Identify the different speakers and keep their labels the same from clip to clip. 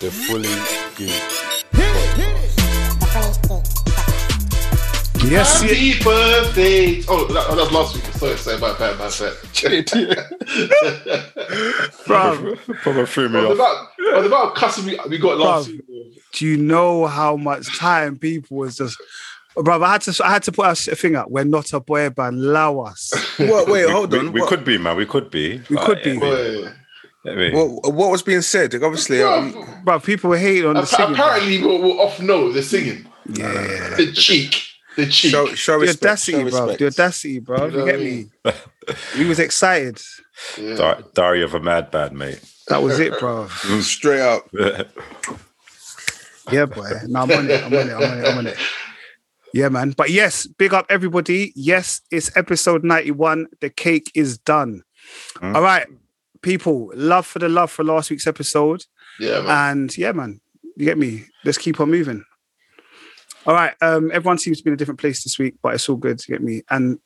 Speaker 1: the fully geek.
Speaker 2: Yes, yeah.
Speaker 3: Happy birthday! Oh, that, that was last week. I'm so excited. My bad, my bad.
Speaker 2: Bro,
Speaker 1: Proper threw me
Speaker 3: on the
Speaker 1: off.
Speaker 3: amount, on the amount of cussing we, we got last
Speaker 2: Bruv.
Speaker 3: week.
Speaker 2: do you know how much time people was just, brother? I had to, I had to put a thing up. We're not a boy band. Allow us.
Speaker 4: What? Wait,
Speaker 1: We-
Speaker 4: hold
Speaker 1: we,
Speaker 4: on.
Speaker 1: We
Speaker 4: what,
Speaker 1: could be, man. We could be.
Speaker 2: We
Speaker 1: But,
Speaker 2: could be.
Speaker 1: yeah,
Speaker 3: Boy.
Speaker 1: yeah, we-
Speaker 4: what, what was being said? Like, obviously, um,
Speaker 3: Bruv,
Speaker 2: Bro, people were hating on the singing. bruv.
Speaker 3: apparently, we're, we're off no, the singing.
Speaker 2: Yeah.
Speaker 3: The cheek. The cheek.
Speaker 4: show, show
Speaker 2: The
Speaker 4: respect. show
Speaker 2: audacity, bro.
Speaker 4: respect.
Speaker 2: The audacity, bro.
Speaker 3: You
Speaker 2: You,
Speaker 3: know
Speaker 2: get
Speaker 3: what I
Speaker 2: me? we was excited.
Speaker 3: Yeah.
Speaker 1: Di- Diary of a Madman, mate.
Speaker 2: That was it, bro.
Speaker 4: Straight up.
Speaker 2: Yeah, boy. No, I'm on it. I'm on it. I'm on it. I'm on it. Yeah, man. But yes, big up everybody. Yes, it's episode 91. The cake is done.
Speaker 1: Mm.
Speaker 2: All right, people. Love for the love for last week's episode.
Speaker 3: Yeah, man.
Speaker 2: And yeah, man, you get me. Let's keep on moving. All right. Um, everyone seems to be in a different place this week, but it's all good. You get me. And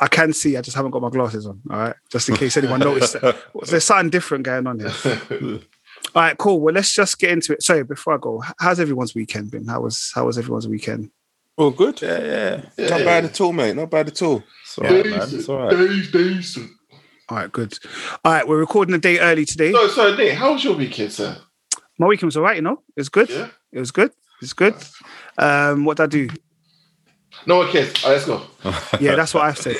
Speaker 2: I can see. I just haven't got my glasses on. All right, just in case anyone noticed. That. There's something different going on here. All right, cool. Well, let's just get into it. Sorry, before I go, h- how's everyone's weekend been? How was how was everyone's weekend?
Speaker 4: All good.
Speaker 1: yeah, yeah.
Speaker 3: Yeah,
Speaker 4: Not
Speaker 3: yeah.
Speaker 4: bad at all, mate. Not bad at all.
Speaker 1: It's all right, man.
Speaker 3: Decent.
Speaker 1: It's all right.
Speaker 3: Days, days.
Speaker 2: All right, good. All right, we're recording a day early today.
Speaker 3: So, so, Nate, how was your weekend, sir?
Speaker 2: My weekend was all right, you know. It was good.
Speaker 3: Yeah.
Speaker 2: It was good. It's good. Um, what did I do?
Speaker 3: No one cares. All right, let's go.
Speaker 2: Yeah, that's what I've said.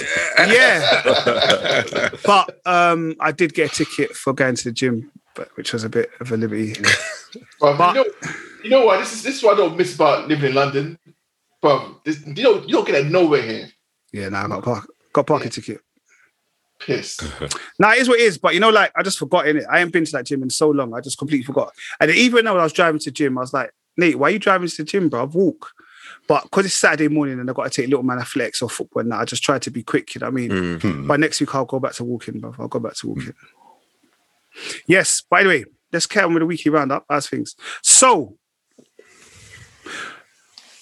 Speaker 2: yeah. But um, I did get a ticket for going to the gym, but which was a bit of a liberty.
Speaker 3: Bruv,
Speaker 2: But-
Speaker 3: you, know, you know what? This is this is what I don't miss about living in London. Bruv, this, you don't you don't get that nowhere here.
Speaker 2: Yeah, now nah, I got a park got a parking ticket.
Speaker 3: Piss.
Speaker 2: Now it is what it is, but you know, like I just forgot in it. I ain't been to that gym in so long. I just completely forgot. And even though I was driving to gym, I was like, Nate, why are you driving to the gym, bro? I walk. But because it's Saturday morning and I got to take little man a flex or football, and that, I just tried to be quick. You know what I mean? By next week, I'll go back to walking, bro. I'll go back to walking. Yes. By the way, let's carry on with the weekly roundup. As things. So,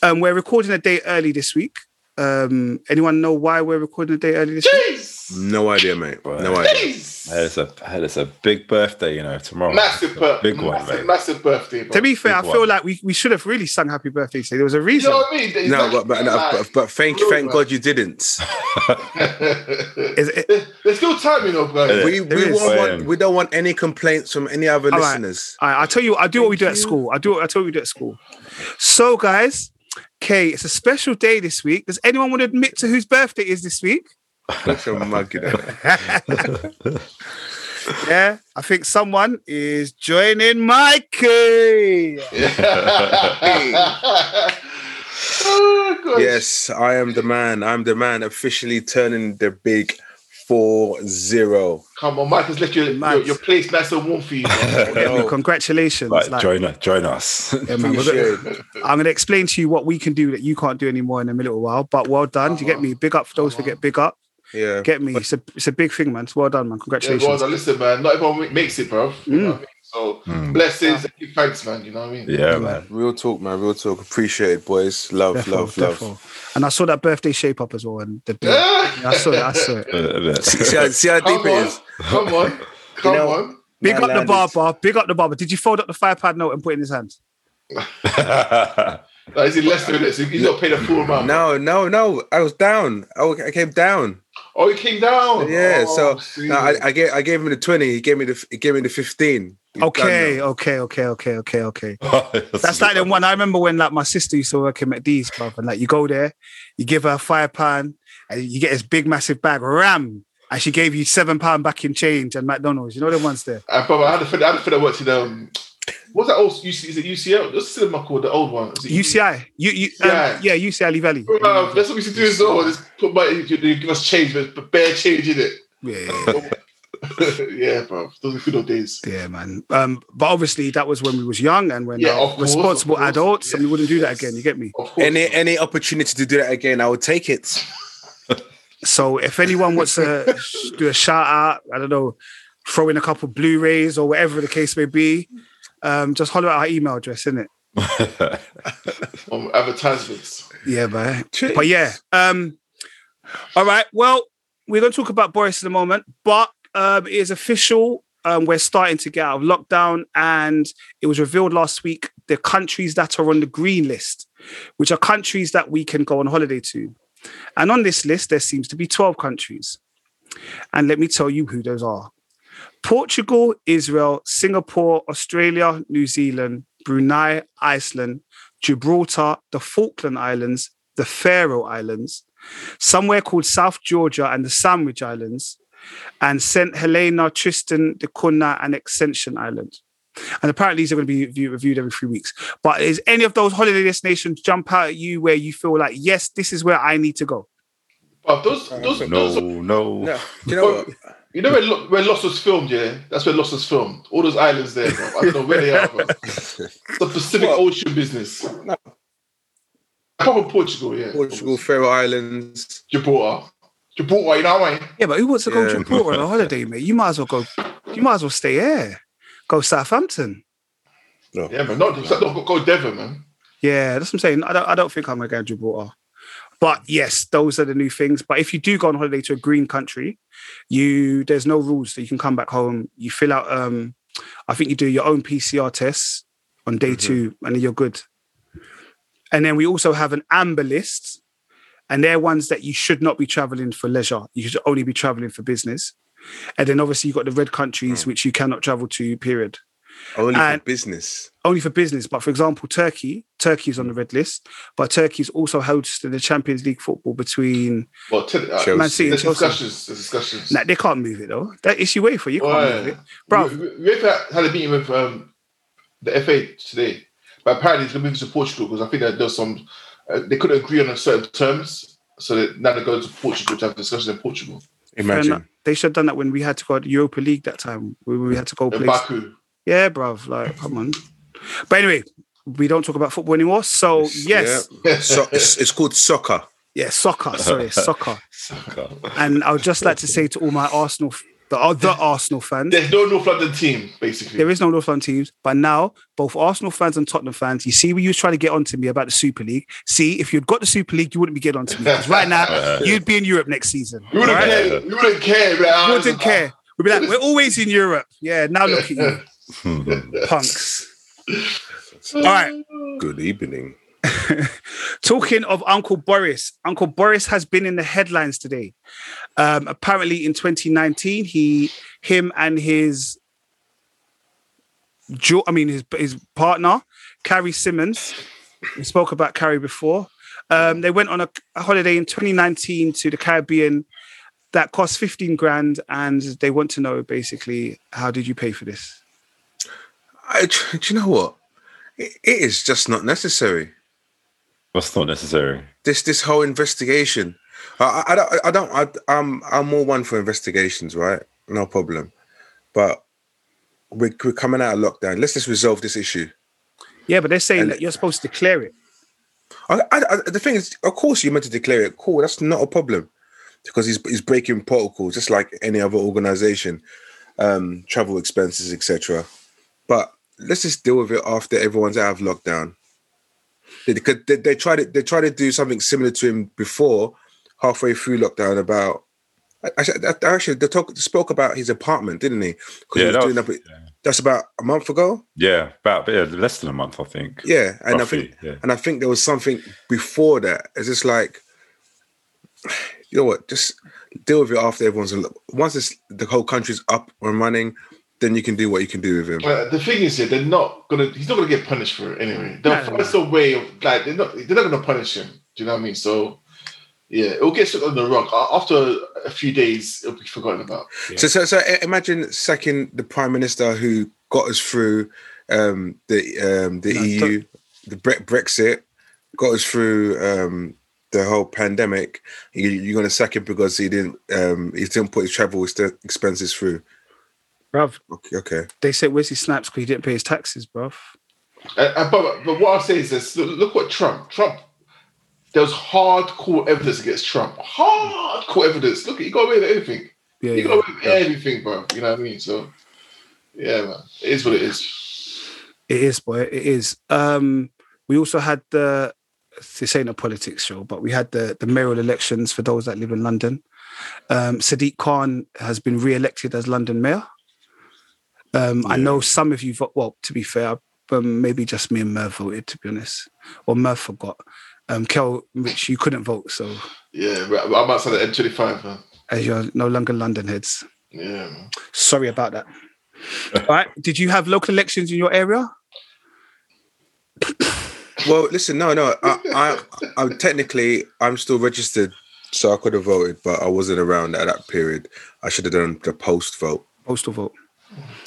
Speaker 2: um, we're recording a day early this week. Um, anyone know why we're recording a day early this week?
Speaker 3: Jeez.
Speaker 4: No idea, mate.
Speaker 1: Right.
Speaker 4: No idea.
Speaker 3: Jeez.
Speaker 1: It's a hell, it's a big birthday, you know, tomorrow.
Speaker 3: Massive,
Speaker 1: It's a
Speaker 3: bir-
Speaker 1: big one,
Speaker 3: massive,
Speaker 1: mate.
Speaker 3: massive birthday. Bro.
Speaker 2: To be fair, I
Speaker 1: Big
Speaker 2: feel
Speaker 1: one.
Speaker 2: like we, we should have really sung happy birthday today. There was a
Speaker 3: you
Speaker 2: reason.
Speaker 3: know what I mean? It's
Speaker 4: No,
Speaker 3: like-
Speaker 4: but but, but, but thank
Speaker 3: Bro,
Speaker 4: thank
Speaker 3: man.
Speaker 4: God you didn't.
Speaker 2: Is it-
Speaker 3: There's- There's still time, you know, bro.
Speaker 4: We
Speaker 2: There
Speaker 4: we,
Speaker 2: is.
Speaker 4: won't
Speaker 1: Yeah.
Speaker 4: want, we don't want any complaints from any other
Speaker 2: All right.
Speaker 4: listeners.
Speaker 2: All right, I'll tell you, I do what we do at school. I do I tell you what we do at school. So, guys, okay, it's a special day this week. Does anyone want to admit to whose birthday it is this week?
Speaker 4: That's a mug, you know.
Speaker 2: Yeah, I think someone is joining Mikey.
Speaker 3: oh, God.
Speaker 4: Yes, I am the man. I'm the man officially turning the big four zero.
Speaker 3: Come on, Mike has left your,
Speaker 2: Mad.
Speaker 3: your, your place nice and warm for you. bro.
Speaker 2: Yeah, man, congratulations.
Speaker 1: Like,
Speaker 2: Like,
Speaker 1: join us, join us.
Speaker 2: yeah, man, we're gonna- I'm going to explain to you what we can do that you can't do anymore in a little while. But well done. Do you get me? Big up for those that get big up.
Speaker 4: Yeah.
Speaker 2: Get me. It's a, it's a big thing, man. It's well done, man.
Speaker 3: yeah,
Speaker 2: Congratulations.
Speaker 3: bro, now listen, man. Not everyone ma- makes it, bro. You
Speaker 4: Mm.
Speaker 3: know what I mean? So blessings and give thanks, man. You know what I mean?
Speaker 1: yeah, man.
Speaker 4: Real talk, man. Real talk. Appreciate it, boys. Love,
Speaker 2: Defo,
Speaker 4: love, love.
Speaker 2: defo. And I saw that birthday shape up as well. And the beard. Yeah, I saw it. I saw it.
Speaker 4: See how, see how deep
Speaker 3: Come
Speaker 4: it
Speaker 3: on,
Speaker 4: is.
Speaker 3: come on, come
Speaker 4: know-
Speaker 3: on.
Speaker 2: Big
Speaker 4: Man
Speaker 2: up the
Speaker 4: landed.
Speaker 2: barber. Big up the barber. Did you fold up the five pound note and put it in his hand?
Speaker 3: That is in Leicester, innit? So he's not paid a full amount.
Speaker 4: No, no, no. I was down. I, wa- I came down.
Speaker 3: Oh, he came down.
Speaker 4: Yeah.
Speaker 3: Oh,
Speaker 4: so no, I, I gave I gave him the twenty. He gave me the he gave me the fifteen. We've done
Speaker 2: Okay,
Speaker 4: now.
Speaker 2: okay, okay, okay, okay, okay. That's like the one I remember when like my sister used to work in McD's, bruv, and like you go there, you give her a five pound, and you get this big massive bag, ram, and she gave you seven pound back in change and McDonald's. You know the ones there.
Speaker 3: And brother, I had a friend. I had a friend that worked in um, what's that old? UC, is it UCL? What's the cinema called? The old one. Is it
Speaker 2: UCI, you, you,
Speaker 3: Mm-hmm. Yeah.
Speaker 2: um, yeah, UCI Lee Valley.
Speaker 3: Bruv, that's what we used to do as well. Just put money, you- you give us change, but but bare change in it.
Speaker 2: Yeah, yeah, yeah.
Speaker 3: yeah, bro. Those are good old days.
Speaker 2: Yeah, man. Um, but obviously that was when we was young and when
Speaker 3: Yeah,
Speaker 2: uh,
Speaker 3: of course,
Speaker 2: responsible
Speaker 3: of course.
Speaker 2: adults, and we wouldn't do that
Speaker 3: Yes.
Speaker 2: again. You get me?
Speaker 3: Of course.
Speaker 4: Any any opportunity to do that again, I would take it.
Speaker 2: So if anyone wants to do a shout out, I don't know, throw in a couple Blu-rays or whatever the case may be, um, just holler at our email address, innit?
Speaker 3: um, advertisements.
Speaker 2: Yeah, man. But yeah, um, all right. Well, we're gonna talk about Boris in a moment, but um, it is official. um, we're starting to get out of lockdown, and it was revealed last week the countries that are on the green list, which are countries that we can go on holiday to. And on this list, there seems to be 12 countries. And let me tell you who those are Portugal, Israel, Singapore, Australia, New Zealand, Brunei, Iceland, Gibraltar, the Falkland Islands, the Faroe Islands, somewhere called South Georgia and the Sandwich Islands, and St. Helena, Tristan, the Cunha, and Ascension Island. And apparently, these are going to be view- reviewed every three weeks. But is any of those holiday destinations jump out at you where you feel like, yes, this is where I need to go?
Speaker 3: But those, those,
Speaker 1: No,
Speaker 3: those
Speaker 1: no.
Speaker 4: No, you know what?
Speaker 3: you know where, Lo- where Lost was filmed, yeah? That's where Lost was filmed. All those islands there, bro. I don't know where they are, bro. It's the Pacific
Speaker 4: What?
Speaker 3: Ocean business.
Speaker 4: No.
Speaker 3: Apart from Portugal, yeah.
Speaker 4: Portugal, Faroe Islands.
Speaker 3: Gibraltar. Gibraltar, you know what I mean?
Speaker 2: Yeah, but who wants to go
Speaker 4: Yeah.
Speaker 2: to Gibraltar on a holiday, mate? You might as well go. You might as well stay here. Go Southampton.
Speaker 4: No.
Speaker 3: Yeah, man. Not, not go Devon, man.
Speaker 2: Yeah, that's what I'm saying. I don't. I don't think I'm going to go to Gibraltar. But yes, those are the new things. But if you do go on holiday to a green country, you there's no rules that you can come back home. You fill out. Um, I think you do your own PCR tests on day two, and then you're good. And then we also have an amber list, and they're ones that you should not be traveling for leisure. You should only be traveling for business. And then obviously you've got the red countries which you cannot travel to. Period
Speaker 4: Only
Speaker 2: And-
Speaker 4: for business.
Speaker 2: only for business, but for example, Turkey, Turkey is on the red list, but Turkey's also hosting the Champions League football between
Speaker 3: Well, tell, uh,
Speaker 4: Chelsea.
Speaker 2: Man City and
Speaker 3: there's
Speaker 2: Chelsea.
Speaker 3: discussions. There's discussions.
Speaker 2: Nah, they can't move it though. That is you wait for you can't move
Speaker 3: Why?
Speaker 2: it, bro.
Speaker 3: We, we, we had- had a meeting with um, the FA today, but apparently it's going to move to Portugal because I think that there's some uh, they couldn't agree on a certain terms, so that now they're going to Portugal to have discussions in Portugal
Speaker 4: Imagine.
Speaker 2: And they should have done that when we had to go to Europa League that time. When we had to go
Speaker 3: in
Speaker 2: play.
Speaker 3: Baku.
Speaker 2: Yeah, bruv. Like, come on. But anyway, we don't talk about football anymore. So yes,
Speaker 4: So, it's, it's called soccer.
Speaker 2: yeah, soccer. Sorry, soccer.
Speaker 1: Sucker.
Speaker 2: And I would just like to say to all my Arsenal, f- the other Arsenal fans,
Speaker 3: There's no North London team basically.
Speaker 2: There is no North London teams, but now both Arsenal fans and Tottenham fans, you see what you was trying to get onto me about the Super League. See, if you'd got the Super League, you wouldn't be getting onto me. Because right now, you'd be in Europe next season.
Speaker 3: we wouldn't
Speaker 2: all right?
Speaker 3: care. We wouldn't care. man.
Speaker 2: You Wouldn't care. We'd be like, we're always in Europe. Yeah, now look at you,
Speaker 1: Hmm.
Speaker 2: punks. All right.
Speaker 4: Good evening.
Speaker 2: Talking of Uncle Boris, Uncle Boris has been in the headlines today. Um, apparently, in 2019, he, him, and his, jo- I mean, his his partner, Carrie Simmons. We spoke about Carrie before. Um, they went on a, a holiday in 2019 to the Caribbean that cost 15 grand, and they want to know basically how did you pay for this?
Speaker 4: I, do you know what? It, it is just not necessary.
Speaker 1: That's not necessary.
Speaker 4: This this whole investigation. I, I, I don't. I don't. I, I'm I'm more one for investigations, right? No problem. But we're, we're coming out of lockdown. Let's just resolve this issue.
Speaker 2: Yeah, but they're saying
Speaker 4: And-
Speaker 2: that you're supposed to declare it.
Speaker 4: I, I, I, the thing is, of course, you're meant to declare it. Cool, that's not a problem because he's, he's breaking protocols, just like any other organization, um, travel expenses, etc. But let's just deal with it after everyone's out of lockdown. They, could- they, they tried it. They tried to do something similar to him before, halfway through lockdown. About actually, actually they, talk, they spoke about his apartment, didn't he? 'Cause he
Speaker 1: Yeah,
Speaker 4: was
Speaker 1: that was-
Speaker 4: doing up- that's about a month ago.
Speaker 1: Yeah, about yeah, less than a month, I think.
Speaker 4: Yeah, and I think
Speaker 1: Roughly, yeah.
Speaker 4: and I think there was something before that. It's just like, you know what? Just deal with it after everyone's once it's, the whole country's up and running, then you can do what you can do with him.
Speaker 3: But the thing is, yeah, they're not gonna. He's not gonna get punished for it anyway. They'll
Speaker 2: No, no,
Speaker 3: find some way of like they're not. They're not gonna punish him. Do you know what I mean? So. Yeah, it'll get stuck on the rug. A- After a few days, it'll be forgotten about.
Speaker 4: So, so, so i- imagine sacking the prime minister who got us through um, the um, the
Speaker 2: No,
Speaker 4: EU, the Bre- Brexit, got us through um, the whole pandemic. You, you're going to sack him because he didn't um, he didn't put his travel exten- expenses through.
Speaker 2: Bruv,
Speaker 4: Okay, okay.
Speaker 2: they said, where's his snaps? Because he didn't pay his taxes, bruv.
Speaker 3: Uh, uh, but, but what I'll say is this look, look what Trump, Trump, there was hardcore evidence against Trump. Hardcore evidence. Look, he got away with everything.
Speaker 2: Yeah,
Speaker 3: He
Speaker 2: yeah.
Speaker 3: got away with everything, bro. You know what I mean? So, yeah, man. It is what it is.
Speaker 2: It is, boy. It is. Um, we also had the this ain't a politics show, but we had the the mayoral elections for those that live in London. Um, Sadiq Khan has been re-elected as London mayor. Um, I
Speaker 1: Yeah.
Speaker 2: know some of you, vo- well, to be fair, um, maybe just me and Merv voted, to be honest, or Merv forgot. Um, Kel, Rich, you couldn't vote, so
Speaker 3: Yeah, but I'm outside the M25, man.
Speaker 2: as you're no longer London heads.
Speaker 3: Yeah, man.
Speaker 2: Sorry about that. All right. Did you have local elections in your area?
Speaker 4: Well, listen, no, no. I, I, I'm technically, I'm still registered, so I could have voted, but I wasn't around at that period. I should have done the post vote.
Speaker 2: Postal vote.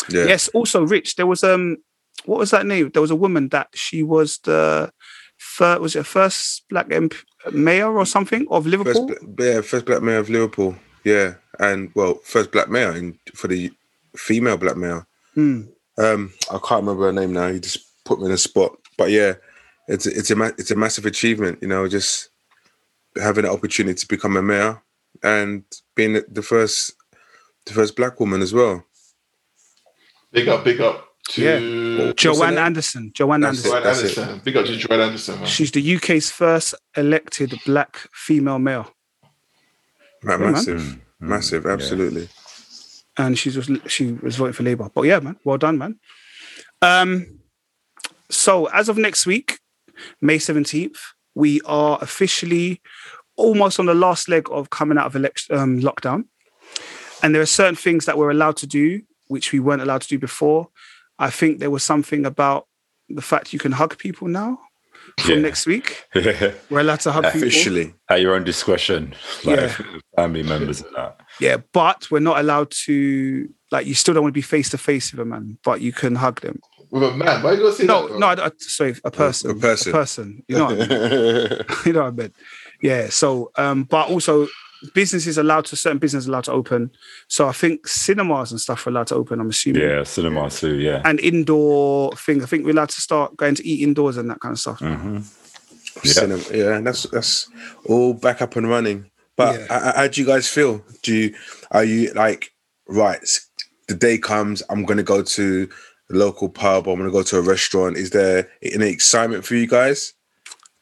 Speaker 4: Yeah.
Speaker 2: Yes. Also, Rich, there was um, what was that name? There was a woman that she was the third. Was it first black MP, mayor or something of
Speaker 4: First,
Speaker 2: Liverpool?
Speaker 4: bla- yeah, first black mayor of Liverpool. Yeah, and well, first black mayor in, for the female black mayor.
Speaker 2: Hmm.
Speaker 4: Um, I can't remember her name now. You just put me in a spot, but yeah, it's it's a ma- it's a massive achievement. You know, just having an opportunity to become a mayor and being the- the first the first black woman as well.
Speaker 3: Big up, big up to
Speaker 2: Yeah.
Speaker 4: What's her
Speaker 2: Joanne
Speaker 4: name?
Speaker 2: Anderson. Joanne
Speaker 4: That's
Speaker 2: Anderson.
Speaker 3: Joanne
Speaker 4: That's it.
Speaker 3: Anderson. Big up to Joanne Anderson, man.
Speaker 2: She's the UK's first elected black female mayor,
Speaker 4: Ma-
Speaker 2: man.
Speaker 4: massive,
Speaker 1: Mm,
Speaker 4: massive,
Speaker 1: yeah.
Speaker 4: absolutely.
Speaker 2: and she's was she was voting for Labour. But yeah, man, well done, man. Um, so as of next week, May seventeenth, we are officially almost on the last leg of coming out of election um, lockdown, and there are certain things that we're allowed to do which we weren't allowed to do before. I think there was something about the fact you can hug people now from
Speaker 1: Yeah.
Speaker 2: next week.
Speaker 1: Yeah.
Speaker 2: We're allowed to hug people.
Speaker 4: Officially,
Speaker 1: At your own discretion, like family members and that.
Speaker 2: Yeah, but we're not allowed to like you still don't want to be face to face with a man, but you can hug them.
Speaker 3: With a man, why you gotta say
Speaker 2: No,
Speaker 3: that? bro?
Speaker 2: no, I, I- sorry, a person,
Speaker 4: person.
Speaker 2: You know, what I mean? you know what I meant. Yeah. So, um, but also businesses allowed to certain businesses allowed to open. So I think cinemas and stuff are allowed to open. I'm assuming.
Speaker 1: Yeah, cinema too. Yeah.
Speaker 2: And indoor things. I think we're allowed to start going to eat indoors and that kind of stuff.
Speaker 1: hmm Yeah.
Speaker 4: Cinema. yeah, that's that's all back up and running. But
Speaker 2: Yeah.
Speaker 4: how, how do you guys feel? Do you are you like right? s- The day comes, I'm gonna go to the local pub. I'm gonna go to a restaurant. Is there any excitement for you guys?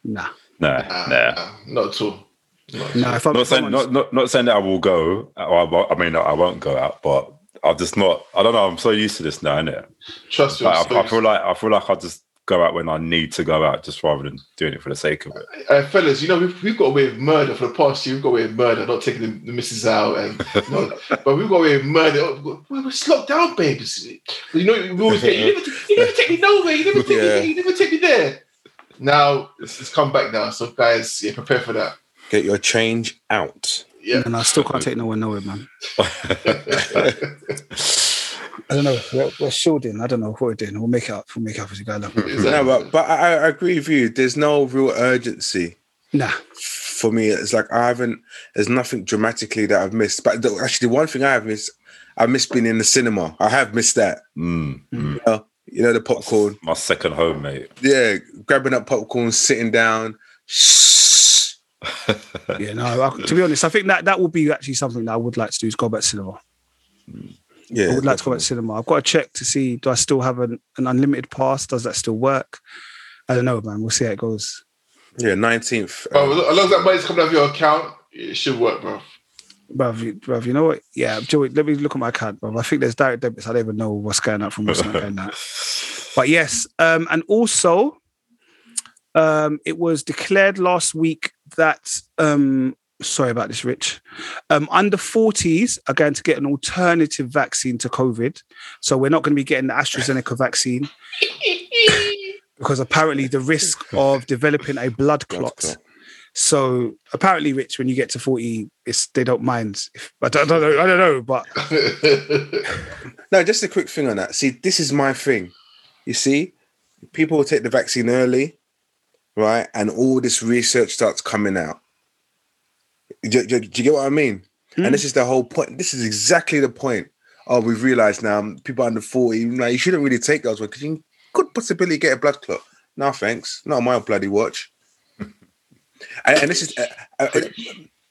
Speaker 2: Nah.
Speaker 1: Nah,
Speaker 3: Nah,
Speaker 1: nah.
Speaker 3: nah, not at all. Not at all.
Speaker 2: Nah. If I'm
Speaker 1: Not saying
Speaker 2: someone's-
Speaker 1: not, not not saying that I will go. Or I, won't- I mean, I won't go out, but I'm just not. I don't know. I'm so used to this now, innit?
Speaker 3: Trust me. I'm
Speaker 1: Like, I, I
Speaker 3: serious.
Speaker 1: feel like I feel like I just go out when I need to go out, just rather than doing it for the sake of it.
Speaker 3: uh, fellas, you know, we've, we've got away with murder for the past year. We've got away with murder, not taking the, the missus out. and no, But we've got away with murder. Oh, we- We're just locked down, babes. You know, we always get, you never, you never take me nowhere. You never take me
Speaker 4: Yeah.
Speaker 3: there. You never take me there. Now, it's, it's come back now. So, guys, yeah, prepare for that.
Speaker 4: Get your change out.
Speaker 3: Yeah.
Speaker 2: And I still can't take no one nowhere, man. I don't know. We're, we're shielding. I don't know what we're doing. We'll make it up. We'll make it up as we go along.
Speaker 4: No,
Speaker 3: Exactly.
Speaker 4: but but I, I agree with you. There's no real urgency.
Speaker 2: Nah.
Speaker 4: for me, it's like I haven't. There's nothing dramatically that I've missed. But the, actually, the one thing I have missed, I missed being in the cinema. I have missed that.
Speaker 1: Mm, mm.
Speaker 4: You know, you know the popcorn.
Speaker 1: My second home, mate.
Speaker 4: Yeah, grabbing up popcorn, sitting down. Shh.
Speaker 2: Yeah, no. I, to be honest, I think that that would be actually something that I would like to do is go back to cinema.
Speaker 4: Yeah,
Speaker 2: I would like to go back to cinema. I've got to check to see do I still have an, an unlimited pass? Does that still work? I don't know, man. We'll see how it goes.
Speaker 4: yeah, nineteenth.
Speaker 3: Bro, as long as that money's coming out of your account, it should work, bro.
Speaker 2: Bruv, you, bruv, you know what? Yeah, Joey, let me look at my account, bruv. I think there's direct debits. I don't even know what's going out from what's not going out. But yes, um, and also, um, it was declared last week that um, sorry about this, Rich. Um, under 40s are going to get an alternative vaccine to COVID, so we're not going to be getting the AstraZeneca vaccine because apparently the risk of developing a
Speaker 4: Blood
Speaker 2: blood clot.
Speaker 4: clot.
Speaker 2: So apparently, Rich, when you get to 40, it's, they don't mind. If, I, don't, I don't know. I don't know, but
Speaker 4: No, just a quick thing on that. See, this is my thing. You see, people will take the vaccine early, right? And all this research starts coming out. Do, do- do you get what I mean? And this is the whole point. This is exactly the point. Oh, we've realized now um, people under 40, now you shouldn't really take those because you could possibly get a blood clot. No, thanks. Not on my bloody watch. and, and this is. Uh, uh, uh,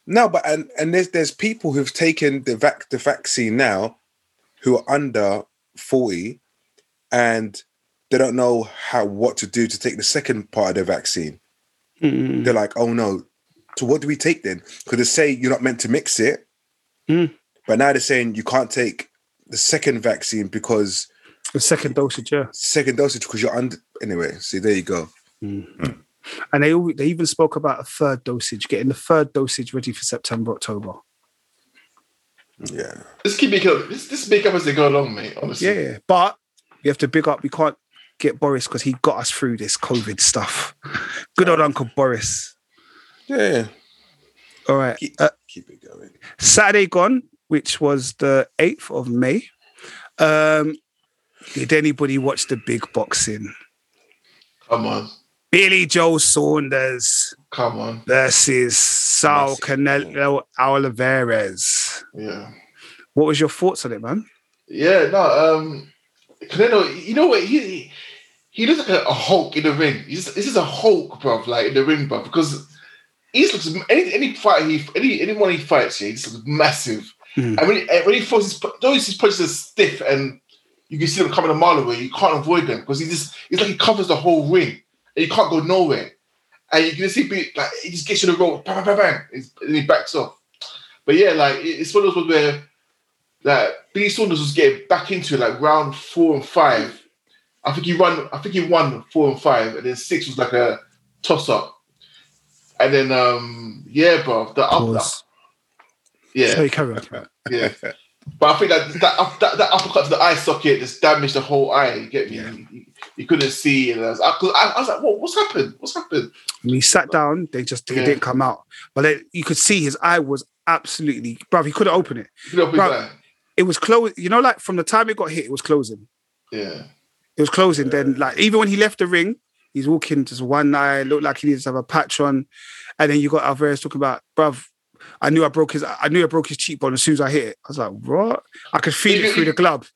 Speaker 4: no, but and, and there's there's people who've taken the vac the vaccine now who are under 40 and they don't know how what to do to take the second part of the vaccine.
Speaker 2: Mm,
Speaker 4: They're like, oh no, so what do we take then? Because they say you're not meant to mix it,
Speaker 2: Mm.
Speaker 4: Hmm. but now they're saying you can't take the second vaccine because
Speaker 2: The second dosage, yeah.
Speaker 4: Second dosage because you're under. Anyway, see, there you go.
Speaker 2: And they all, they even spoke about a third dosage, getting the third dosage ready for September, October.
Speaker 4: Yeah.
Speaker 3: Let's keep making up. Let's, let's make up as they go along, mate. Honestly.
Speaker 2: Yeah, yeah. But we have to big up. We can't get Boris because he got us through this COVID stuff. Good old Uncle Boris.
Speaker 4: Yeah.
Speaker 2: All right.
Speaker 4: Keep,
Speaker 2: Uh,
Speaker 4: keep it going.
Speaker 2: Saturday gone, which was the 8th of May. Um, did anybody watch the big boxing?
Speaker 3: Come on.
Speaker 2: Billy Joe Saunders
Speaker 3: Come on.
Speaker 2: versus Sal
Speaker 4: Massive.
Speaker 2: Canelo Alvarez.
Speaker 3: Yeah.
Speaker 2: What was your thoughts on it, man?
Speaker 3: Yeah, no, um Canelo, you know what? He he- he looks like a, a Hulk in the ring. He's this is a Hulk, bruv, like in the ring, bruv, because he just looks any any fight he any anyone he fights, yeah, he just looks massive.
Speaker 2: Mm.
Speaker 3: And when he, and when he throws his pu- those his punches are stiff and you can see them coming a mile away, you can't avoid them because he just it's like he covers the whole ring and you can't go nowhere. And you can just see people, like he just gets you the rope, bang, bang, bang, bang, it's- and he backs off. But yeah, like it- it's one of those ones where like Billy Saunders was getting back into it, like round four and five. I think he won. I think he won four and five, and then six was like a toss up. And then um yeah, bro, the up,
Speaker 2: Pause.
Speaker 3: yeah,
Speaker 2: Sorry, carry on, carry on.
Speaker 3: yeah. But I think that that, up, that that uppercut to the eye socket just damaged the whole eye. You get me?
Speaker 2: Yeah.
Speaker 3: You, you- you couldn't see, and I was, I, 'cause I, I was like, "What? What's happened? What's happened?"
Speaker 2: When he sat down, they just it
Speaker 3: Yeah.
Speaker 2: didn't come out. But then you could see his eye was absolutely, bruv, he couldn't open it.
Speaker 3: You know,
Speaker 2: Bro.
Speaker 3: like,
Speaker 2: It was closed, you know, like from the time it got hit, it was closing.
Speaker 3: yeah,
Speaker 2: It was closing. Then, like, even when he left the ring, he's walking just one eye, looked like he needs to have a patch on. And then you got Alvarez talking about, bruv, I knew I broke his, I knew I broke his cheekbone as soon as I hit it. I was like, what? I could feel it through the glove.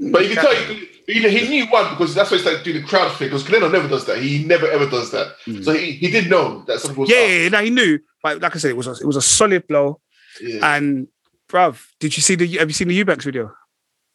Speaker 3: but you can tell you, you know, he knew one because that's why he started doing the crowd thing. Because Canelo never does that. He never ever does that.
Speaker 2: Mm.
Speaker 3: So he, he did know that something was
Speaker 2: Yeah,
Speaker 3: up.
Speaker 2: yeah, yeah, no, he knew. But like I said, it was a, it was a solid blow.
Speaker 3: Yeah.
Speaker 2: And bruv, did you see the? Have you seen the Eubanks video?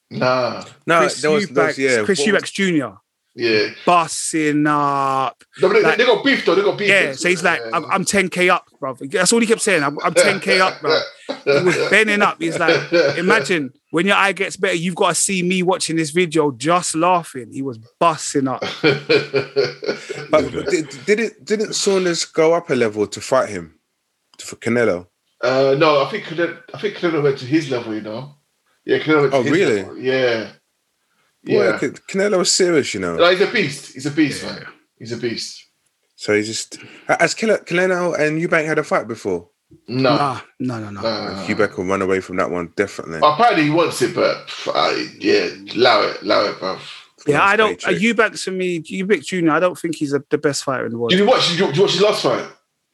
Speaker 3: Nah.
Speaker 4: No,
Speaker 2: Chris
Speaker 4: there was, there
Speaker 2: Eubanks,
Speaker 4: was yeah.
Speaker 2: Chris
Speaker 4: what was-
Speaker 2: Eubanks Jr.
Speaker 3: Yeah.
Speaker 2: busting up.
Speaker 3: No, but they,
Speaker 2: Like-
Speaker 3: they got beef though. They got beef.
Speaker 2: Yeah, so he's like, I'm, I'm 10k up, bro. That's all he kept saying. I'm, I'm 10k up, bro. He was bending up. He's like, imagine when your eye gets better, you've got to see me watching this video just laughing. He was busting up.
Speaker 4: But did, did it? Didn't Saunders go up a level to fight him to, for Canelo?
Speaker 3: uh, no, I think Canelo, I think Canelo went to his level. You know. Yeah, Canelo went to
Speaker 4: Oh,
Speaker 3: his
Speaker 4: really?
Speaker 3: level. Yeah.
Speaker 4: Yeah,
Speaker 3: Yeah.
Speaker 4: Canelo was serious, you know.
Speaker 3: No, he's a beast. He's a beast, man. He's a beast.
Speaker 4: so he just as Canelo and Eubank had a fight before.
Speaker 3: No.
Speaker 2: Nah, no, no, no.
Speaker 3: Nah.
Speaker 4: Eubank will run away from that one definitely.
Speaker 3: Apparently he wants it, but pff, I, yeah, allow it, allow it, bruv.
Speaker 2: yeah, I don't. Uh,
Speaker 4: Patriot.
Speaker 2: Eubanks for me, Eubank Jr. I don't think he's a, the best fighter in the world.
Speaker 3: Did you watch? Did you, did you watch his last fight?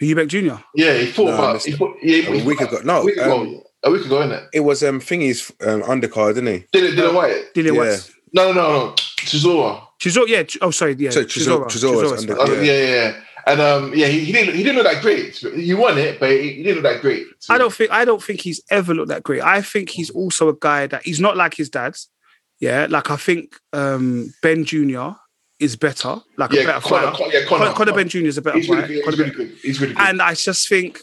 Speaker 2: Eubank Jr.
Speaker 3: Yeah, he fought
Speaker 4: No, I
Speaker 3: about.
Speaker 4: missed
Speaker 3: He
Speaker 4: it.
Speaker 3: fought, yeah, he
Speaker 4: A week
Speaker 3: fought-
Speaker 4: ago, no,
Speaker 3: A week ago.
Speaker 4: um,
Speaker 3: a week ago, innit?
Speaker 4: it was um thingy's um, undercard, didn't he?
Speaker 3: Did it? Did it? White?
Speaker 2: Dillian
Speaker 4: Yeah.
Speaker 2: White.
Speaker 3: No, no, no, no. Chisora.
Speaker 2: Chisora, yeah. Ch- Oh, sorry, yeah.
Speaker 4: So Chisora- Chisora's
Speaker 2: Chisora's
Speaker 4: under-
Speaker 2: fine.
Speaker 4: Yeah.
Speaker 3: Oh, yeah. yeah, yeah. And um, yeah, he, he didn't he didn't look that great. He won it, but he, he didn't look that great.
Speaker 2: I don't think I don't think he's ever looked that great. I think he's also a guy that he's not like his dad's. Yeah, like I think um, Ben Jr. is better, like a
Speaker 3: Yeah,
Speaker 2: better
Speaker 3: Connor,
Speaker 2: fighter.
Speaker 3: Connor, yeah, Connor.
Speaker 2: Conor, Conor Ben Jr. is a better
Speaker 3: He's
Speaker 2: fighter.
Speaker 3: really good.
Speaker 2: Conor
Speaker 3: He's
Speaker 2: Ben-
Speaker 3: really good. He's really good.
Speaker 2: and I just think,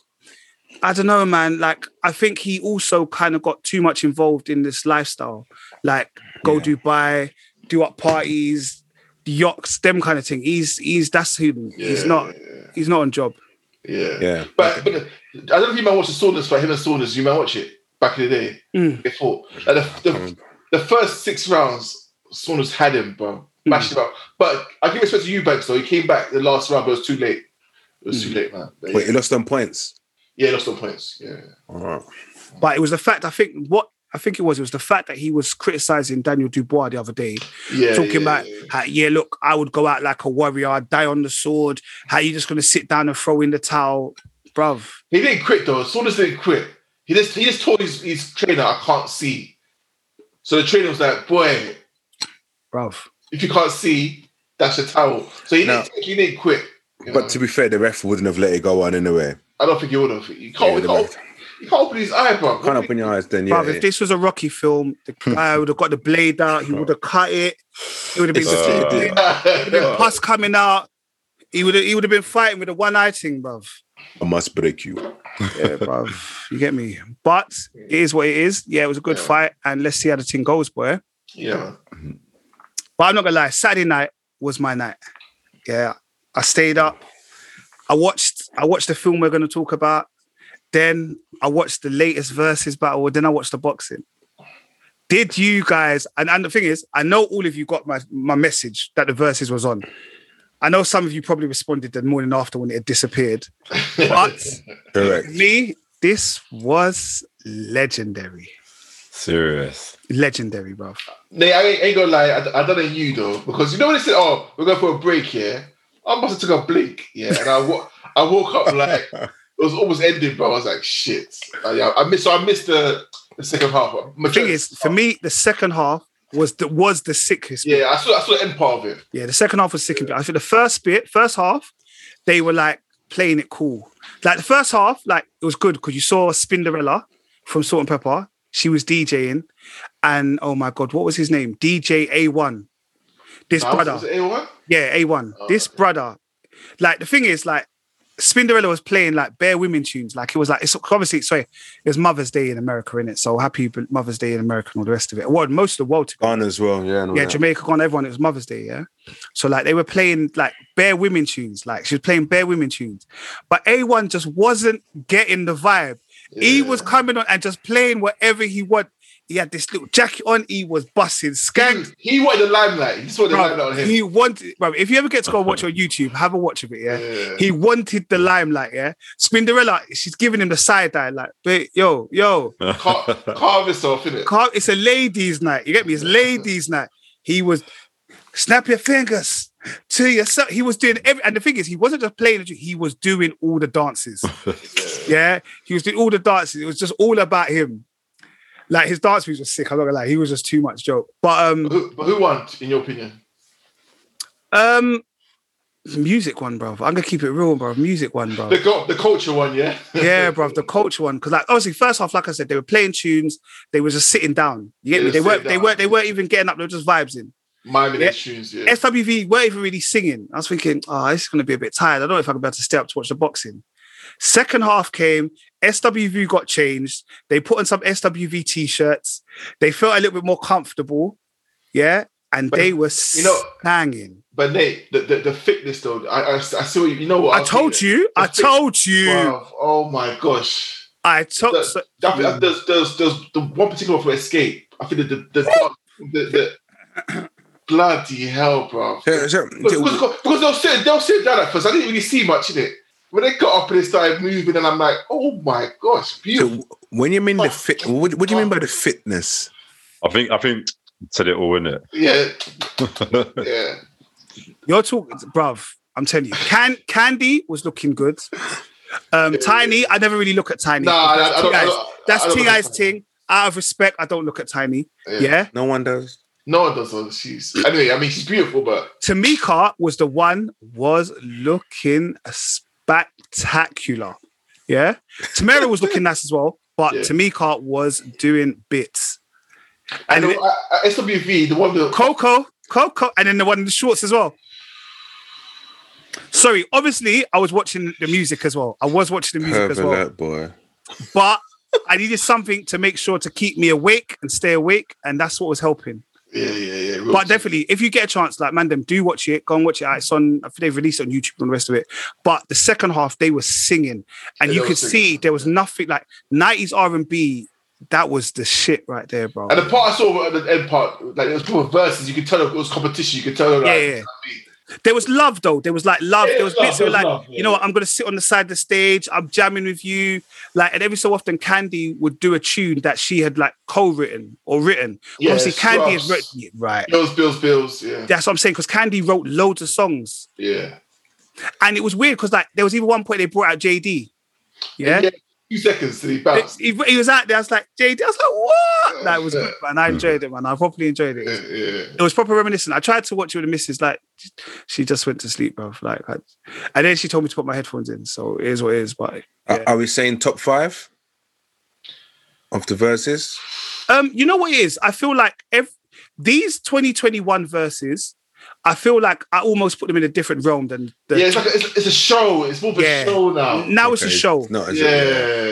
Speaker 2: I don't know, man. Like I think he also kind of got too much involved in this lifestyle, like go Dubai, do up parties, yachts, them kind of thing. He's he's that's him. he's
Speaker 3: Yeah,
Speaker 2: not
Speaker 3: yeah,
Speaker 2: he's not on job.
Speaker 3: Yeah.
Speaker 4: Yeah.
Speaker 3: But, but I don't know if you might watch the Saunders fight. Him and Saunders, you might watch it back in the day.
Speaker 2: Mm.
Speaker 3: Before like the,
Speaker 4: Um,
Speaker 3: the, the first six rounds, Saunders had him, bro,
Speaker 2: Hmm.
Speaker 3: mashed him up. But I give respect to Eubanks though. He came back the last round, but it was too late. It
Speaker 2: Hmm.
Speaker 3: was too late, man. But
Speaker 4: Wait,
Speaker 3: yeah,
Speaker 4: he lost on points.
Speaker 3: yeah, he lost on points. Yeah.
Speaker 4: All right.
Speaker 2: But it was the fact I think what I think it was it was the fact that he was criticizing Daniel Dubois the other day,
Speaker 3: Yeah,
Speaker 2: talking
Speaker 3: yeah,
Speaker 2: about
Speaker 3: yeah.
Speaker 2: how, yeah, look, I would go out like a warrior, I'd die on the sword. How you just gonna sit down and throw in the towel, bruv?
Speaker 3: He didn't quit though. Saunders didn't quit. He just he just told his, his trainer, I can't see. So the trainer was like, boy,
Speaker 2: Bruv.
Speaker 3: if you can't see, that's your towel. So he,
Speaker 4: No.
Speaker 3: didn't, he didn't quit. you know.
Speaker 4: But to be fair, the ref wouldn't have let it go on anyway.
Speaker 3: I don't think he would have. You can't,
Speaker 4: Yeah,
Speaker 3: you,
Speaker 4: the
Speaker 3: can't,
Speaker 4: ref-
Speaker 3: you can't open his eye, bro.
Speaker 4: Can't open your eyes then, yeah.
Speaker 2: Bruv, if this was a Rocky film, the guy would have got the blade out, he would have cut it, it would have been,
Speaker 4: It's-
Speaker 2: uh,
Speaker 4: it-
Speaker 2: pus coming out. He would have he would have been fighting with a one eye thing, bruv.
Speaker 4: I must break you.
Speaker 2: Yeah, bruv. You get me? But it is what it is. Yeah, it was a good
Speaker 3: Yeah.
Speaker 2: fight. And let's see how the thing goes, boy.
Speaker 3: Yeah, man.
Speaker 2: But I'm not gonna lie, Saturday night was my night. Yeah. I stayed up. I watched I watched the film we're gonna talk about. Then I watched the latest versus battle. Then I watched the boxing. Did you guys and, and the thing is, I know all of you got my, my message that the verses was on. I know some of you probably responded the morning after when it had disappeared. But
Speaker 4: Correct.
Speaker 2: me, this was legendary.
Speaker 1: Serious.
Speaker 2: Legendary, bro.
Speaker 3: Nay, I ain't, ain't gonna lie. I, I don't know you though, because you know when they said, "Oh, we're going for a break here," I must have took a blink, yeah. And I wa- I woke up like it was almost ending, bro. I was like, "Shit!" Uh, yeah, I missed. So I missed the, the second half.
Speaker 2: The thing is, for me, the second half was the was the sickest. bit.
Speaker 3: yeah, I saw I saw the end part of it.
Speaker 2: Yeah, the second half was sick. and I think the first bit, first half, they were like playing it cool. Like the first half, like it was good because you saw Spinderella from Salt and Pepper. She was DJing, and oh my god, what was his name? DJ A1. This
Speaker 3: Nah,
Speaker 2: brother,
Speaker 3: was it Oh, A1?
Speaker 2: yeah, A1. this brother, like the thing is, like Spinderella was playing like bare women tunes. Like it was like it's obviously sorry, it was Mother's Day in America, in it. So happy Mother's Day in America and all the rest of it. Well, most of the world to
Speaker 4: Ghana as well. Yeah. and all
Speaker 2: yeah,
Speaker 4: that.
Speaker 2: Jamaica gone everyone. It was Mother's Day, yeah. So like they were playing like bare women tunes, like she was playing bare women tunes, but A1 just wasn't getting the vibe. He was coming on and just playing whatever he want. He had this little jacket on. He was busting skanks.
Speaker 3: He wanted the limelight. He just wanted the
Speaker 2: Bro,
Speaker 3: limelight on him.
Speaker 2: he wanted, bro. If you ever get to go and watch on YouTube, have a watch of it. Yeah?
Speaker 3: Yeah.
Speaker 2: he wanted the limelight. Yeah, Spinderella, she's giving him the side eye, like, "Wait, yo, yo,
Speaker 3: Car- carve himself, innit?
Speaker 2: Car- it's a ladies' night. You get me? It's ladies' night. He was snap your fingers to yourself. He was doing every, and the thing is, he wasn't just playing. the tune, He was doing all the dances. yeah, he was doing all the dances. It was just all about him. Like his dance moves were sick. I'm not gonna lie, he was just too much joke. But um,
Speaker 3: Who, but who won, in your opinion?
Speaker 2: um, music one, bro. I'm gonna keep it real, bro. Music one, bro.
Speaker 3: The go- the culture one, yeah.
Speaker 2: yeah, bruv, the culture one. Because like obviously, first half, like I said, they were playing tunes. They was just sitting down. You get me? They
Speaker 3: They were
Speaker 2: weren't.
Speaker 3: sitting
Speaker 2: They
Speaker 3: down.
Speaker 2: weren't. They weren't even getting up. They were just vibes in.
Speaker 3: Miami
Speaker 2: Yeah.
Speaker 3: yeah. tunes, yeah.
Speaker 2: SWV weren't even really singing. I was thinking, oh, this is going to be a bit tired. I don't know if I'm about to stay up to watch the boxing. Second half came, SWV got changed. They put on some SWV t shirts. They felt a little bit more comfortable. Yeah. And
Speaker 3: But,
Speaker 2: they were
Speaker 3: you know-
Speaker 2: hanging.
Speaker 3: But Nate, the, the, the thickness though, I, I, I see what you, you know what
Speaker 2: I told you. I
Speaker 3: That's it.
Speaker 2: told you.
Speaker 3: Wow. Oh my gosh.
Speaker 2: I told.
Speaker 3: Look,
Speaker 2: So,
Speaker 3: I think
Speaker 2: Mm.
Speaker 3: that there's, there's, there's the one particular for escape. I think the the, the, the, the- bloody hell, bro.
Speaker 4: So-
Speaker 3: Because,
Speaker 4: so-
Speaker 3: because, because they'll sit they'll sit down at first. I didn't really see much in it. When they got up and they started moving, and I'm like, oh my gosh, beautiful.
Speaker 4: so when you mean the fit, what, what do you mean by the fitness?
Speaker 1: I think I think said it all in it.
Speaker 3: yeah, yeah.
Speaker 2: you're talking, bruv. I'm telling you. Can Candy was looking good. Um, Tiny, I never really look at Tiny.
Speaker 3: Nah, I- I
Speaker 2: that's
Speaker 3: don't- I
Speaker 2: T.I.'s-
Speaker 3: don't- I
Speaker 2: That's
Speaker 3: don't look at
Speaker 2: T.I.'s thing. Out of respect, I don't look at Tiny.
Speaker 3: Yeah.
Speaker 2: yeah?
Speaker 4: No one does.
Speaker 3: No, it doesn't. She's anyway. I mean, she's beautiful, but
Speaker 2: Tamika was the one was looking spectacular. Yeah. Tamara was looking nice as well, but
Speaker 3: Yeah.
Speaker 2: Tamika was doing bits.
Speaker 3: and
Speaker 2: And
Speaker 3: the, uh, SWV, the one that
Speaker 2: Coco, Coco, and then the one in the shorts as well. Sorry, obviously I was watching the music as well. I was watching the music as well.
Speaker 4: Pervert boy.
Speaker 2: But I needed something to make sure to keep me awake and stay awake. And that's what was helping.
Speaker 3: yeah, yeah, yeah. real
Speaker 2: But
Speaker 3: cute.
Speaker 2: definitely, if you get a chance, like man, them do watch it. Go and watch it. It's on. I think they've released it on YouTube and the rest of it. But the second half, they were singing, and
Speaker 3: Yeah,
Speaker 2: you
Speaker 3: they were
Speaker 2: could
Speaker 3: singing.
Speaker 2: see there was nothing like nineties R and B. That was the shit right there, bro.
Speaker 3: And the part I saw at the end part, like it was proper verses. You could tell it was competition. You could tell. Like,
Speaker 2: Yeah, yeah. There was love though. There was like love.
Speaker 3: Yeah,
Speaker 2: there was
Speaker 3: love,
Speaker 2: bits that were
Speaker 3: there was
Speaker 2: like,
Speaker 3: love, yeah.
Speaker 2: you know what? I'm gonna sit on the side of the stage. I'm jamming with you. Like, and every so often, Candy would do a tune that she had like co-written or written.
Speaker 3: Yeah,
Speaker 2: Obviously, Candy had
Speaker 3: Scrubs.
Speaker 2: written it right.
Speaker 3: Bills, bills, bills. Yeah,
Speaker 2: That's what I'm saying because Candy wrote loads of songs.
Speaker 3: yeah.
Speaker 2: And it was weird because like there was even one point they brought out JD. Yeah.
Speaker 3: Yeah, Two seconds till he
Speaker 2: It-
Speaker 3: bounced.
Speaker 2: He, he was out there. I was like, JD. I was like, what? That was good, man. I enjoyed it, man. I properly enjoyed
Speaker 3: Yeah,
Speaker 2: it.
Speaker 3: yeah.
Speaker 2: It was proper reminiscent. I tried to watch it with the missus. Like, she just went to sleep, bro. Like, I, and then she told me to put my headphones in. So it is what it is. But
Speaker 4: Are-
Speaker 2: Yeah.
Speaker 4: Are we saying top five of the verses?
Speaker 2: um, you know what it is? I feel like if these 2021 verses, I feel like I almost put them in a different realm than the.
Speaker 3: yeah, it's like oh, a, it's, it's a show. It's more of a
Speaker 2: Yeah.
Speaker 3: show now.
Speaker 2: now it's a
Speaker 4: Okay,
Speaker 2: show.
Speaker 4: Not as
Speaker 3: yeah,
Speaker 4: yeah.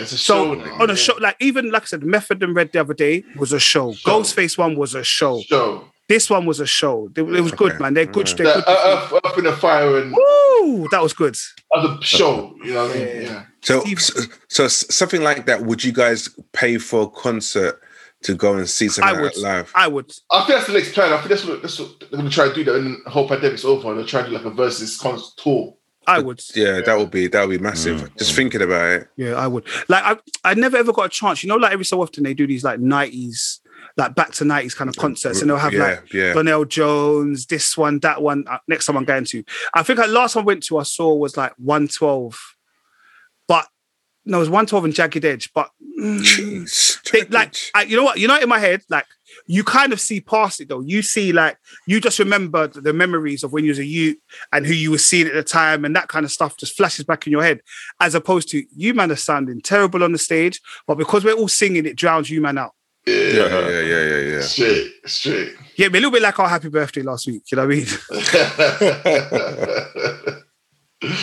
Speaker 3: it's a
Speaker 2: So
Speaker 3: show now.
Speaker 2: on a
Speaker 3: yeah.
Speaker 2: show, like even like I said, Method and Red the other day was a show.
Speaker 3: Show.
Speaker 2: Ghostface one was a show.
Speaker 3: show.
Speaker 2: This one was a show. They- It was good,
Speaker 4: Okay.
Speaker 2: man. They're good. They're
Speaker 3: That,
Speaker 2: good.
Speaker 3: uh, Earth, Earth in the Fire and
Speaker 2: Woo! That was good.
Speaker 3: other show. You know what I mean? Yeah.
Speaker 4: So,
Speaker 2: Steve-
Speaker 4: so, so s- something like that. Would you guys pay for a concert to go and see something
Speaker 2: I
Speaker 4: like
Speaker 2: would.
Speaker 4: that live?
Speaker 2: I would.
Speaker 3: I think that's the next plan. I think that's what, that's what they're going to try and do. That when the whole pandemic's over, they'll try and do like a versus concert tour.
Speaker 2: I would.
Speaker 4: yeah, that would be that would be massive. Just thinking about it.
Speaker 2: Yeah, I would. Like I, I never ever got a chance. You know, like every so often they do these like nineties, like back to nineties kind of concerts, and they'll have
Speaker 4: Mm, yeah,
Speaker 2: like
Speaker 4: yeah.
Speaker 2: Donnell Jones, this one, that one. Uh, next time I'm going to, I think the last one I went to I saw was like one twelve, but no, it was one twelve and Jagged Edge. But mm,
Speaker 4: Jeez.
Speaker 2: they, like I, you know what, you know in my head, like you kind of see past it though. You see like you just remember the, the memories of when you was a youth and who you were seeing at the time, and that kind of stuff just flashes back in your head, as opposed to you man are sounding terrible on the stage, but because we're all singing, it drowns you man out.
Speaker 4: yeah, yeah, yeah, yeah, yeah.
Speaker 3: Straight, straight.
Speaker 2: Yeah, but a little bit like our happy birthday last week. You know what I mean?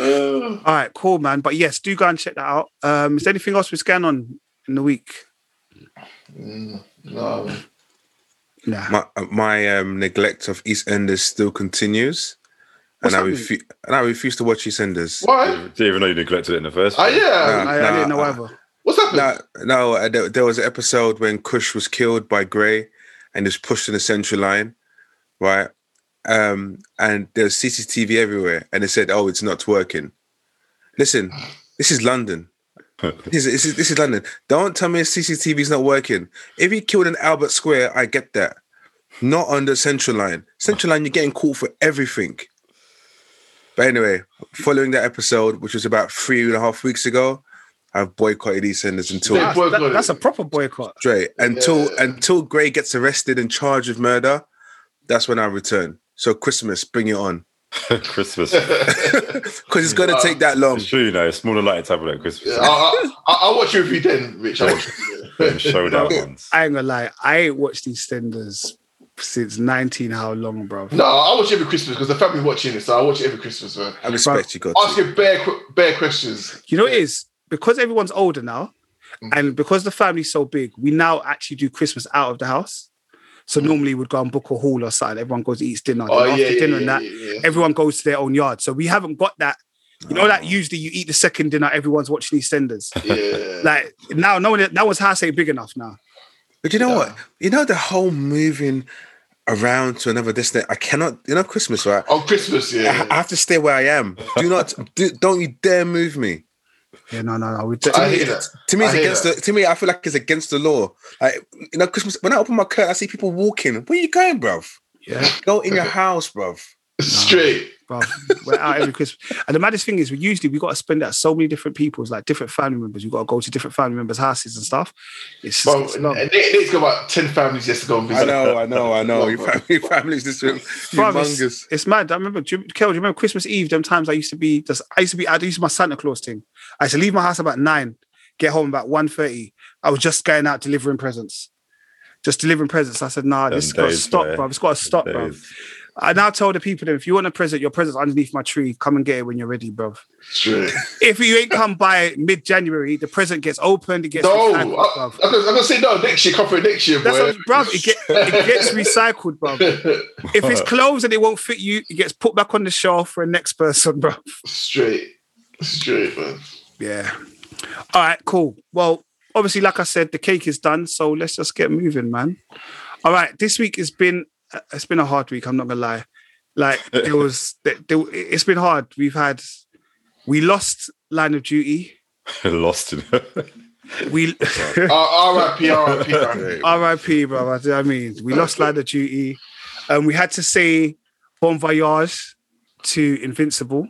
Speaker 3: Uh,
Speaker 2: all right, cool, man. But yes, do go and check that out. Um, is there anything else we're scanning on in the week?
Speaker 3: no, man.
Speaker 2: Nah.
Speaker 4: my uh, my um, neglect of EastEnders still continues, and
Speaker 2: What's
Speaker 4: I
Speaker 2: happening?
Speaker 4: refuse and I refuse to watch EastEnders.
Speaker 3: why?
Speaker 1: Didn't even know you neglected it in the first.
Speaker 3: Ah,
Speaker 1: place.
Speaker 3: yeah.
Speaker 2: I, I
Speaker 4: nah,
Speaker 2: didn't know
Speaker 4: I-
Speaker 2: either.
Speaker 3: What's happened?
Speaker 4: No, no. uh, There, there was an episode when Kush was killed by Gray, and was pushed to the central line, right? Um, and there's CCTV everywhere, and they said, "Oh, it's not working." Listen, this is London. this, is, this is this is London. Don't tell me CCTV is not working. If he killed in Albert Square, I get that. Not on the central line. Central line, you're getting called for everything. But anyway, following that episode, which was about three and a half weeks ago, I've boycotted EastEnders until
Speaker 3: They
Speaker 2: That's- that-
Speaker 3: boycotted.
Speaker 2: that's a proper boycott.
Speaker 4: Dre until
Speaker 3: Yeah.
Speaker 4: until Gray gets arrested and charged with murder. That's when I return. So Christmas, bring it on,
Speaker 1: Christmas.
Speaker 4: because it's gonna
Speaker 3: Wow.
Speaker 4: take that long.
Speaker 1: It's true, you know. It's smaller light tablet at Christmas.
Speaker 3: Yeah, I, I, I- I'll watch you if you then, Rich. I'll watch you.
Speaker 1: Them showdown
Speaker 4: Yeah.
Speaker 1: ones.
Speaker 2: I ain't gonna lie, I ain't watched these EastEnders since 19 how long, bro?
Speaker 3: No, I watch every Christmas because the family watching it, so I watch it every Christmas, man.
Speaker 4: I respect you, God.
Speaker 3: Ask you bare, qu- bare questions.
Speaker 2: You know what it is? Because everyone's older now,
Speaker 3: Mm.
Speaker 2: and because the family's so big, we now actually do Christmas out of the house. So normally we'd go and book a hall or something. Everyone goes to eat dinner.
Speaker 3: Mm. Oh
Speaker 2: Then
Speaker 3: yeah,
Speaker 2: after
Speaker 3: yeah,
Speaker 2: dinner
Speaker 3: yeah,
Speaker 2: and that,
Speaker 3: yeah, yeah.
Speaker 2: everyone goes to their own yard. So we haven't got that. You know that usually you eat the second dinner, everyone's watching EastEnders.
Speaker 3: yeah.
Speaker 2: like now, no one, no one's house ain't big enough now.
Speaker 4: But you know what? You know the whole moving around to another distance. I cannot. You know Christmas, right?
Speaker 3: on Christmas,
Speaker 4: I,
Speaker 3: Oh, yeah.
Speaker 4: I have to stay where I am. Do not. do, don't you dare move me.
Speaker 2: Yeah, no, no, no. We
Speaker 3: I hear that.
Speaker 4: To me, it's
Speaker 3: I hear
Speaker 4: against
Speaker 3: that.
Speaker 4: the. To me, I feel like it's against the law. Like you know, Christmas. When I open my curtain, I see people walking. Where you going, bruv?
Speaker 2: yeah.
Speaker 4: Go in your house, bruv.
Speaker 3: Straight.
Speaker 2: bro. We're out every Christmas. And the maddest thing is, we usually we got to spend at so many different people's, like different family members. You got to go to different family members' houses and stuff. It's just
Speaker 3: Bro,
Speaker 2: it's long.
Speaker 3: and they, they've got about 10 families just to go and
Speaker 4: I
Speaker 3: visit.
Speaker 4: know, I know, I know.
Speaker 3: Love
Speaker 4: Your,
Speaker 3: it.
Speaker 4: fam- your family's just hum-
Speaker 2: Bruv, it's,
Speaker 4: humongous.
Speaker 2: it's mad. I remember, do you, Kel, do you remember Christmas Eve? Them times I used to be, just, I used to be, I used to my Santa Claus thing. I used to leave my house about nine, get home about 1.30. I was just going out delivering presents, just delivering presents. I said, nah, this has
Speaker 1: Them
Speaker 2: got to
Speaker 1: days,
Speaker 2: stop,
Speaker 1: mate.
Speaker 2: bro. It's got to stop, bro.
Speaker 1: Days.
Speaker 2: I now tell the people, that if you want a present, your present's underneath my tree. Come and get it when you're ready, bro.
Speaker 3: Straight.
Speaker 2: if you ain't come by mid January, the present gets opened. It gets
Speaker 3: No, uh, I, I'm
Speaker 2: recycled, bruv.
Speaker 3: gonna- I'm gonna say no next year. Come for it next year,
Speaker 2: That's
Speaker 3: boy.
Speaker 2: what, bruv, it, get, it gets recycled, bruv. If it's clothes and it won't fit you, it gets put back on the shelf for the next person, bruv.
Speaker 3: Straight, straight, man.
Speaker 2: Yeah. All right, cool. Well, obviously, like I said, the cake is done, so let's just get moving, man. All right, this week has been uh, it's been a hard week. I'm not gonna lie. Like there was, there, there, it's been hard. We've had, we lost Line of Duty.
Speaker 1: Lost in
Speaker 2: We
Speaker 3: Uh, R.I.P. R.I.P. R.I.P.
Speaker 2: R.I.P. brother. Do you know what I mean? We lost Line of Duty. Um, we had to say Bon Voyage to Invincible.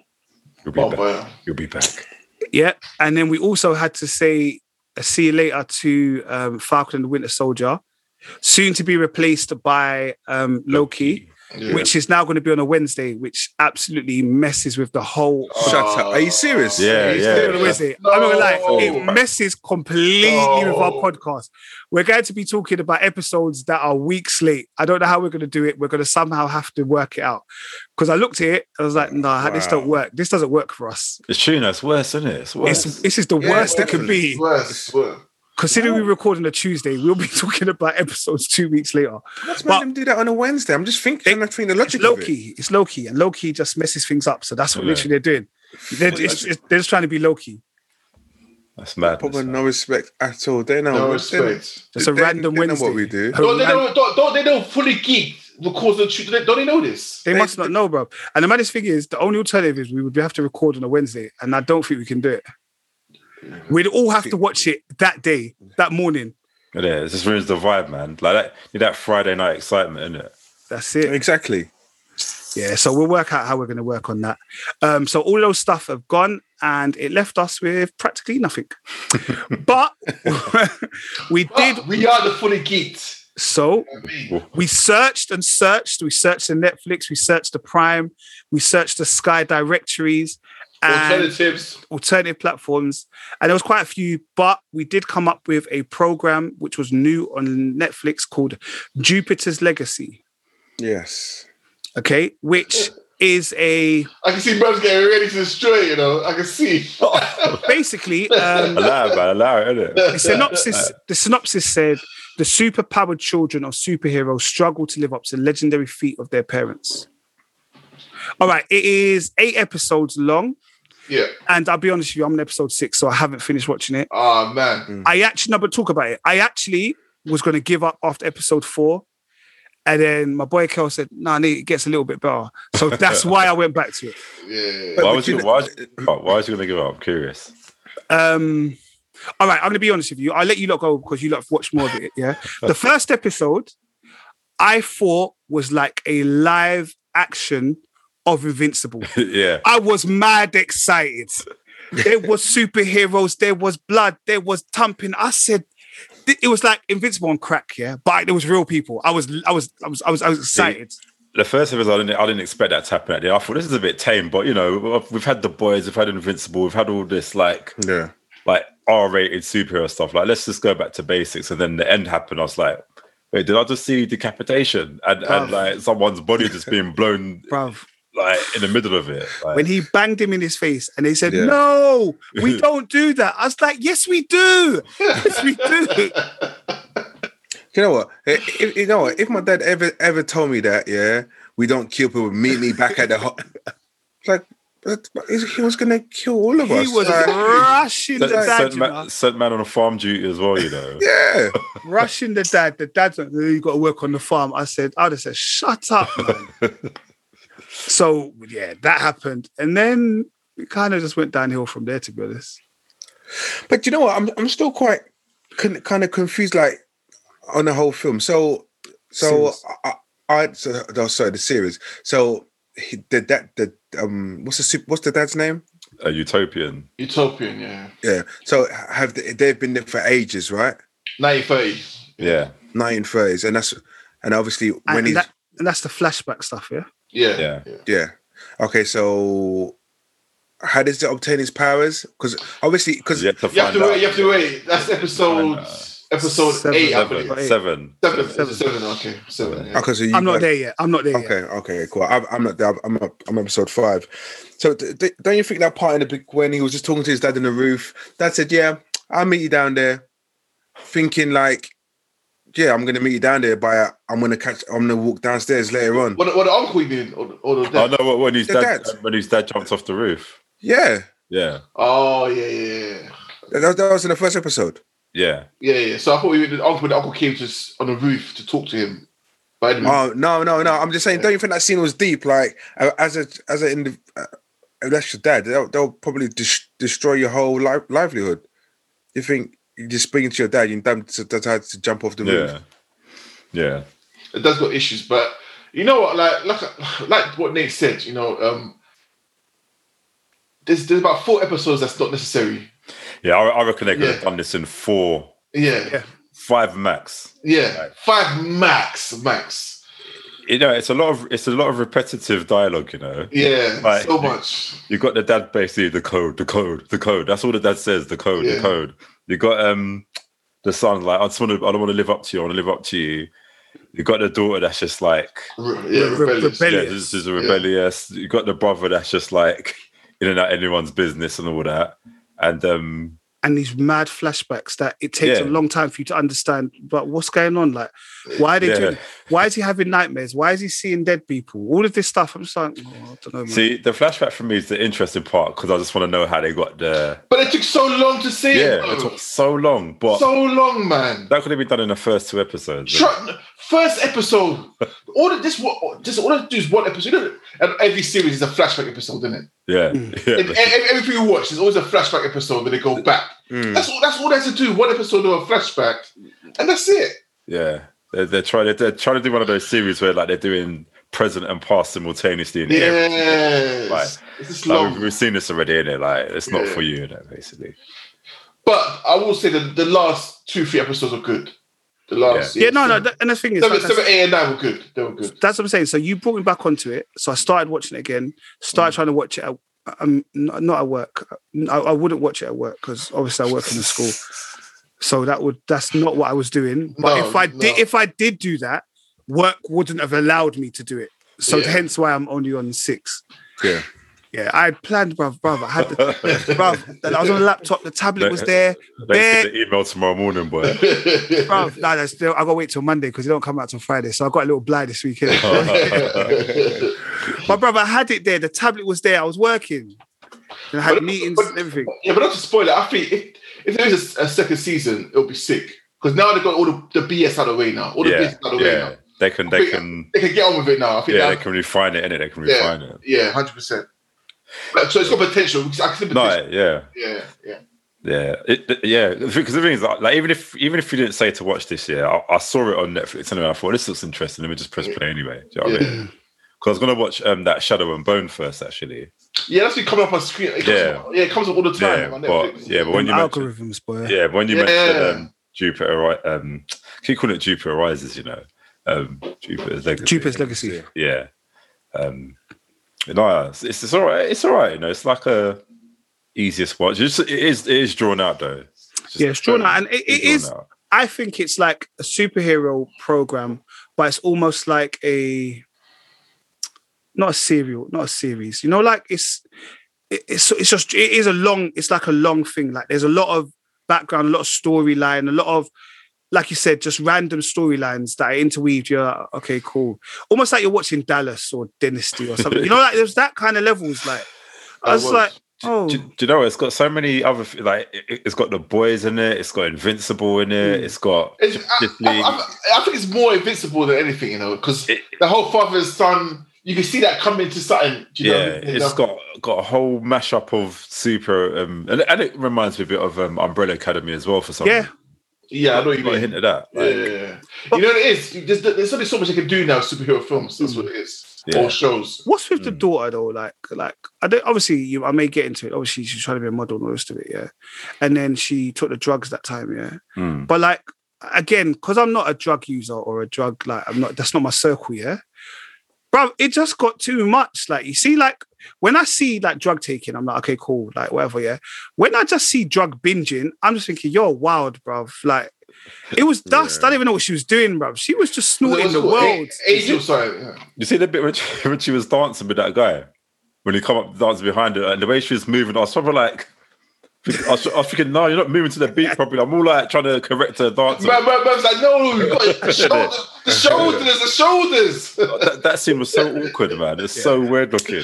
Speaker 1: You'll be
Speaker 3: Oh,
Speaker 1: back.
Speaker 3: boy.
Speaker 1: You'll be back.
Speaker 2: Yeah. And then we also had to say a see you later to um, Falcon and the Winter Soldier, soon to be replaced by um, Loki.
Speaker 3: Yeah.
Speaker 2: which is now going to be on a Wednesday, which absolutely messes with the whole.
Speaker 3: Oh,
Speaker 4: Shut up. Are you serious?
Speaker 1: Yeah,
Speaker 2: It's
Speaker 1: yeah.
Speaker 2: going on a Wednesday. I'm not gonna lie,
Speaker 3: No.
Speaker 2: it messes completely with our
Speaker 3: No.
Speaker 2: podcast. We're going to be talking about episodes that are weeks late. I don't know how we're going to do it. We're going to somehow have to work it out. Because I looked at it, I was like, nah, this
Speaker 4: Wow.
Speaker 2: don't work. This doesn't work for us.
Speaker 1: It's true, no, it's worse, isn't it? It's worse.
Speaker 2: It's, this is the
Speaker 3: Yeah,
Speaker 2: worst it could
Speaker 3: definitely.
Speaker 2: be.
Speaker 3: Worse, worse.
Speaker 2: Considering we record on a Tuesday, we'll be talking about episodes two weeks later.
Speaker 4: Let's
Speaker 2: But-
Speaker 4: make them do that on a Wednesday. I'm just thinking. I'm thinking the logic
Speaker 2: it's low
Speaker 4: of it.
Speaker 2: key. It's low key, and low key just messes things up. So that's what
Speaker 1: Yeah.
Speaker 2: literally they're doing. They're, it's, it's- they're just trying to be low key.
Speaker 1: That's mad.
Speaker 4: Proper no respect at all. They know.
Speaker 3: No
Speaker 4: they-
Speaker 3: respect.
Speaker 2: It's a
Speaker 4: they-
Speaker 2: random
Speaker 4: they know
Speaker 2: Wednesday.
Speaker 4: what we do.
Speaker 2: Her
Speaker 3: Don't they
Speaker 2: man-
Speaker 3: know? Don't, don't they know fully geeked because of truth? Don't they know this?
Speaker 2: They
Speaker 4: They-
Speaker 2: must not know, bro. And the maddest thing is, the only alternative is we would have to record on a Wednesday, and I don't think we can do it. We'd all have to watch it that day, that morning.
Speaker 1: It is. It just ruins the vibe, man. Like that, you that Friday night excitement, isn't it?
Speaker 2: That's it.
Speaker 4: Exactly.
Speaker 2: Yeah, so we'll work out how we're going to work on that. Um, so all those stuff have gone, and it left us with practically nothing. but we did
Speaker 3: But we are the fully geeked.
Speaker 2: so.
Speaker 3: I mean,
Speaker 2: We searched and searched. We searched the Netflix. We searched the Prime. We searched the Sky directories and
Speaker 3: alternatives.
Speaker 2: alternative platforms. And there was quite a few, but we did come up with a program which was new on Netflix called Jupiter's Legacy.
Speaker 4: Yes.
Speaker 2: Okay, which is a
Speaker 3: I can see brothers getting ready to destroy. You know, I can see.
Speaker 2: basically um,
Speaker 1: Allow it, man. Allow it, isn't it?
Speaker 2: the synopsis the synopsis said the superpowered children of superheroes struggle to live up to the legendary feat of their parents. All right, it is eight episodes long,
Speaker 3: Yeah.
Speaker 2: and I'll be honest with you, I'm on episode six, so I haven't finished watching it.
Speaker 3: Oh man.
Speaker 1: Mm.
Speaker 2: I actually, no, but talk about it. I actually was going to give up after episode four, and then my boy Kel said, "No, nah, nee, it gets a little bit better." So that's why I went back to it.
Speaker 3: Yeah.
Speaker 1: Why
Speaker 4: But
Speaker 1: was
Speaker 4: you
Speaker 1: you?
Speaker 4: know-
Speaker 1: Why? was- oh, Why was you gonna give up? I'm curious.
Speaker 2: Um, all right, I'm going to be honest with you. I'll let you lot go because you lot have watched more of it. Yeah. the first episode I thought was like a live action of Invincible.
Speaker 1: yeah.
Speaker 2: I was mad excited. There was superheroes, there was blood, there was thumping. I said th- it was like Invincible on crack, yeah. But it was real people. I was I was I was I was I was excited.
Speaker 1: The first of us, I didn't. I didn't expect that to happen at the. I thought this is a bit tame, but you know, we've had the boys, we've had Invincible, we've had all this like
Speaker 4: Yeah.
Speaker 1: like R-rated superhero stuff. Like, let's just go back to basics. And then the end happened. I was like, wait, did I just see decapitation and,
Speaker 2: Bruv.
Speaker 1: and like someone's body just being blown
Speaker 2: Bruv.
Speaker 1: like in the middle of it? Like,
Speaker 2: When he banged him in his face and they said,
Speaker 4: Yeah.
Speaker 2: No, we don't do that. I was like, Yes, we do. Yes, we do.
Speaker 4: You know what? Eh, If, you know what? If my dad ever ever told me that, yeah, we don't kill people. Meet me back at the hot. Like, but, but is- he was gonna kill all of us.
Speaker 2: He was
Speaker 4: Like,
Speaker 2: rushing the
Speaker 1: sent,
Speaker 2: dad,
Speaker 1: sent,
Speaker 2: you
Speaker 1: ma-
Speaker 2: know,
Speaker 1: sent man on a farm duty as well, you know.
Speaker 4: yeah.
Speaker 2: rushing the dad. The dad's like, "Oh, you got to work on the farm. I said, I would have said, shut up, man. so yeah, that happened, and then it kind of just went downhill from there. To be honest,
Speaker 4: But you know what? I'm I'm still quite con- kind of confused, like on the whole film. So, so
Speaker 2: Series.
Speaker 4: I, I, I so, no, sorry, the series. So he, the that the um what's the sup- what's the dad's name?
Speaker 1: A utopian.
Speaker 3: Utopian. Yeah.
Speaker 4: Yeah. So have they, they've been there for ages, right?
Speaker 3: Nineteen thirty.
Speaker 1: Yeah.
Speaker 4: 1930s, and that's and obviously when
Speaker 2: and,
Speaker 4: he's
Speaker 2: that, and that's the flashback stuff. Yeah,
Speaker 3: Yeah.
Speaker 1: Yeah.
Speaker 4: yeah. Okay, so how does it obtain his powers? Because obviously, because
Speaker 1: You have to
Speaker 3: You have
Speaker 1: find
Speaker 3: to
Speaker 1: out.
Speaker 3: wait. You have to wait. That's episode
Speaker 1: Find out.
Speaker 3: episode
Speaker 2: Seven.
Speaker 3: eight. I believe.
Speaker 1: Seven.
Speaker 2: Eight.
Speaker 1: Seven.
Speaker 3: Seven.
Speaker 1: Seven.
Speaker 3: Seven. seven. Okay. Seven. Yeah.
Speaker 4: okay, so oh, you
Speaker 2: I'm not
Speaker 4: guys-
Speaker 2: there yet. I'm not there yet.
Speaker 4: Okay, okay, cool. I'm, I'm not. there. I'm up, I'm episode five. So d- d- don't you think that part in the big when he was just talking to his dad in the roof? Dad said, "Yeah, I'll meet you down there." Thinking like, "Yeah, I'm gonna meet you down there, but I'm gonna catch. I'm gonna walk downstairs later on."
Speaker 3: What, what the uncle you mean? Or, or the
Speaker 1: Oh
Speaker 3: dad?
Speaker 1: no! When his
Speaker 4: The
Speaker 1: dad,
Speaker 4: dad.
Speaker 1: when his dad jumped off the roof.
Speaker 4: Yeah,
Speaker 1: Yeah,
Speaker 3: Oh, yeah, yeah, yeah.
Speaker 4: that, that- that was in the first episode.
Speaker 1: yeah.
Speaker 3: Yeah, yeah. So I thought you meant the uncle, the uncle came just on the roof to talk to him. But I didn't-
Speaker 4: Oh no, no, no! I'm just saying. Don't you think that scene was deep? Like a- as a as a indiv- uh, if that's your dad, they'll, they'll probably dis- destroy your whole li- livelihood. You think you just speaking to your dad, you damn to, to, to jump off the roof.
Speaker 1: Yeah. Yeah.
Speaker 3: it does got issues, but you know what? Like, like, like what Nate said. You know, um, there's there's about four episodes that's not necessary.
Speaker 1: Yeah. I, I reckon they could have
Speaker 3: Yeah.
Speaker 1: done this in four,
Speaker 3: Yeah,
Speaker 2: Yeah.
Speaker 3: yeah,
Speaker 1: five max. Right.
Speaker 3: five max, max.
Speaker 1: you know, it's a lot of it's a lot of repetitive dialogue. You know,
Speaker 3: Yeah,
Speaker 1: Right.
Speaker 3: so much.
Speaker 1: you got the dad basically the code, the code, the code. That's all the dad says, the code,
Speaker 3: Yeah.
Speaker 1: the code. You got um the son like I just want to I don't want to live up to you. I want to live up to you. You got the daughter that's just like
Speaker 3: Re- yeah,
Speaker 2: Re- re-
Speaker 3: rebellious.
Speaker 2: rebellion.
Speaker 1: yeah,
Speaker 2: Rebellious.
Speaker 1: this is a rebellious. You got the brother that's just like in and out anyone's business and all that. And um
Speaker 2: and these mad flashbacks that it takes
Speaker 1: Yeah.
Speaker 2: a long time for you to understand. But what's going on? Like, why are they
Speaker 1: Yeah.
Speaker 2: doing? Why is he having nightmares? Why is he seeing dead people? All of this stuff. I'm just like, oh, I don't know. Man.
Speaker 1: see the flashback for me is the interesting part because I just want to know how they got the
Speaker 3: But it took so long to see
Speaker 1: yeah.
Speaker 3: it.
Speaker 1: It
Speaker 3: though.
Speaker 1: took so long, but
Speaker 3: So long, man.
Speaker 1: that could have been done in the first two episodes.
Speaker 3: Tru- First episode. All of this, what- just all I do is one episode. You know, and every series is a flashback episode, isn't it?
Speaker 1: yeah, yeah.
Speaker 3: In, e- e- everything you watch, there's always a flashback episode. Then they go back.
Speaker 4: Hmm.
Speaker 3: That's all. That's all they have to do. One episode of a flashback, and that's it.
Speaker 1: Yeah, they're, they're trying to they're trying to do one of those series where like they're doing present and past simultaneously. In the air.
Speaker 3: Yes.
Speaker 1: Right.
Speaker 3: This is
Speaker 1: Like, we've,
Speaker 3: long.
Speaker 1: we've seen this already, innit? Like it's not
Speaker 3: Yeah.
Speaker 1: for you, innit, basically.
Speaker 3: But I will say that the last two, three episodes are good. The last,
Speaker 2: yeah, no, no. That, and the thing is,
Speaker 3: Seven,
Speaker 2: like I
Speaker 3: seven, eight, and nine were good. They were good.
Speaker 2: that's what I'm saying. So you brought me back onto it. So I started watching it again.
Speaker 3: Mm.
Speaker 2: Started trying to watch it. At, um, n- not at work. I, I wouldn't watch it at work because obviously I work in a school. So that would that's not what I was doing. But
Speaker 3: No,
Speaker 2: if I
Speaker 3: no.
Speaker 2: did if I did do that, work wouldn't have allowed me to do it. So
Speaker 3: Yeah.
Speaker 2: hence why I'm only on six.
Speaker 4: Yeah.
Speaker 2: Yeah, I had planned, bruv, bruv. I had the bruv. that I was on the laptop. The tablet was there,
Speaker 1: Thanks for
Speaker 2: there,
Speaker 1: the email tomorrow morning, boy.
Speaker 2: bruv. Nah, that's still. I got to wait till Monday because it don't come out till Friday. So I got a little blind this weekend.
Speaker 3: Oh.
Speaker 2: My brother had it there. The tablet was there. I was working. And I had
Speaker 3: But-
Speaker 2: meetings
Speaker 3: but-
Speaker 2: and everything.
Speaker 3: yeah, but not to spoil it. I think if, if there is a, a second season, it'll be sick because now they've got all the, the BS out of the way now. All the
Speaker 1: yeah,
Speaker 3: BS out of the way
Speaker 1: yeah.
Speaker 3: now.
Speaker 1: They can
Speaker 3: I
Speaker 1: they
Speaker 3: think-
Speaker 1: can
Speaker 3: They can get on with it now. I think.
Speaker 1: yeah
Speaker 3: Yeah,
Speaker 1: they can refine it, innit? They can
Speaker 3: Yeah.
Speaker 1: refine it.
Speaker 3: yeah, hundred percent. So it's got potential. I can see potential.
Speaker 1: No, yeah.
Speaker 3: Yeah, yeah.
Speaker 1: Yeah, it, th- yeah. Because the thing is, like, like, even if even if you didn't say to watch this year, I, I saw it on Netflix anyway. I thought this looks interesting. Let me just press play anyway. Do you know what I
Speaker 3: Yeah.
Speaker 1: mean? Because I was gonna watch um, that Shadow and Bone first, actually.
Speaker 3: Yeah, that's been coming up on screen. It comes
Speaker 1: Yeah.
Speaker 3: up- yeah, it comes up all the time
Speaker 1: Yeah,
Speaker 3: on
Speaker 1: but
Speaker 3: Netflix.
Speaker 1: yeah, but when you
Speaker 2: Them
Speaker 1: mentioned,
Speaker 2: algorithms, boy.
Speaker 1: yeah, but when you
Speaker 3: Yeah.
Speaker 1: mentioned um, Jupiter, Ri- um, keep calling it Jupiter Rises. You know, um, Jupiter's legacy.
Speaker 2: Jupiter's legacy.
Speaker 1: yeah. Um, no, it's, it's it's all right. It's all right. You know, it's like a easiest watch. It's, it is it is drawn out though. just-
Speaker 2: Yeah, it's drawn out, and it, it
Speaker 1: drawn
Speaker 2: is.
Speaker 1: out.
Speaker 2: I think it's like a superhero program, but it's almost like a not a serial, not a series. You know, like it's it- it's it's just it is a long. It's like a long thing. Like there's a lot of background, a lot of storyline, a lot of like you said, just random storylines that are interweaved. You're like, okay, cool. Almost like you're watching Dallas or Dynasty or something. you know, like there's that kind of levels. Like I
Speaker 3: I
Speaker 2: was
Speaker 3: was.
Speaker 2: like, oh,
Speaker 1: do, do you know it's got so many other f- like it- it, it's got the boys in it it's got invincible in it it's got
Speaker 3: It's, Hmm. I,
Speaker 1: Justice
Speaker 3: I,
Speaker 1: League.
Speaker 3: I- I think it's more invincible than anything, you know, because
Speaker 1: It-
Speaker 3: the whole father and son, you can see that coming to something. Do you
Speaker 1: yeah
Speaker 3: know what I mean?
Speaker 1: it's got got a whole mashup of super um and, and it reminds me a bit of um, umbrella academy as well for some
Speaker 2: yeah.
Speaker 1: reason.
Speaker 3: yeah, I know what you
Speaker 1: got a
Speaker 3: mean.
Speaker 1: hint of that
Speaker 3: Yeah,
Speaker 1: like,
Speaker 3: yeah, yeah. you know what it is. You- There's, there's only so much they can do now. Superhero films. That's what it is.
Speaker 1: Yeah.
Speaker 3: Or shows.
Speaker 2: What's with the daughter though? Like, like I don't. Obviously, you, I may get into it. Obviously, she's trying to be a model and all the rest of it. Yeah, and then she took the drugs that time. Yeah,
Speaker 1: mm.
Speaker 2: but like again, because I'm not a drug user or a drug like I'm not. That's not my circle. Yeah, bro, it just got too much. Like you see, like when I see like drug taking, I'm like, okay, cool, like whatever. Yeah, when I just see drug binging, I'm just thinking, you're wild, bro. Like. It was dust. I don't even know what she was doing, bro. She was just
Speaker 3: What's
Speaker 2: snorting
Speaker 3: it
Speaker 2: the
Speaker 3: called? A-
Speaker 2: world.
Speaker 3: Angel, sorry. Yeah.
Speaker 1: you see the bit when she, when she was dancing with that guy when he come up dancing behind her and the way she was moving i was sort of like I was, I was thinking, no, you're not moving to the beat properly. I'm all like trying to correct her dance.
Speaker 3: Man, man, man's like, no, you got it. the shoulders, the shoulders, the shoulders.
Speaker 1: That, that scene was so awkward, man. It's so weird looking.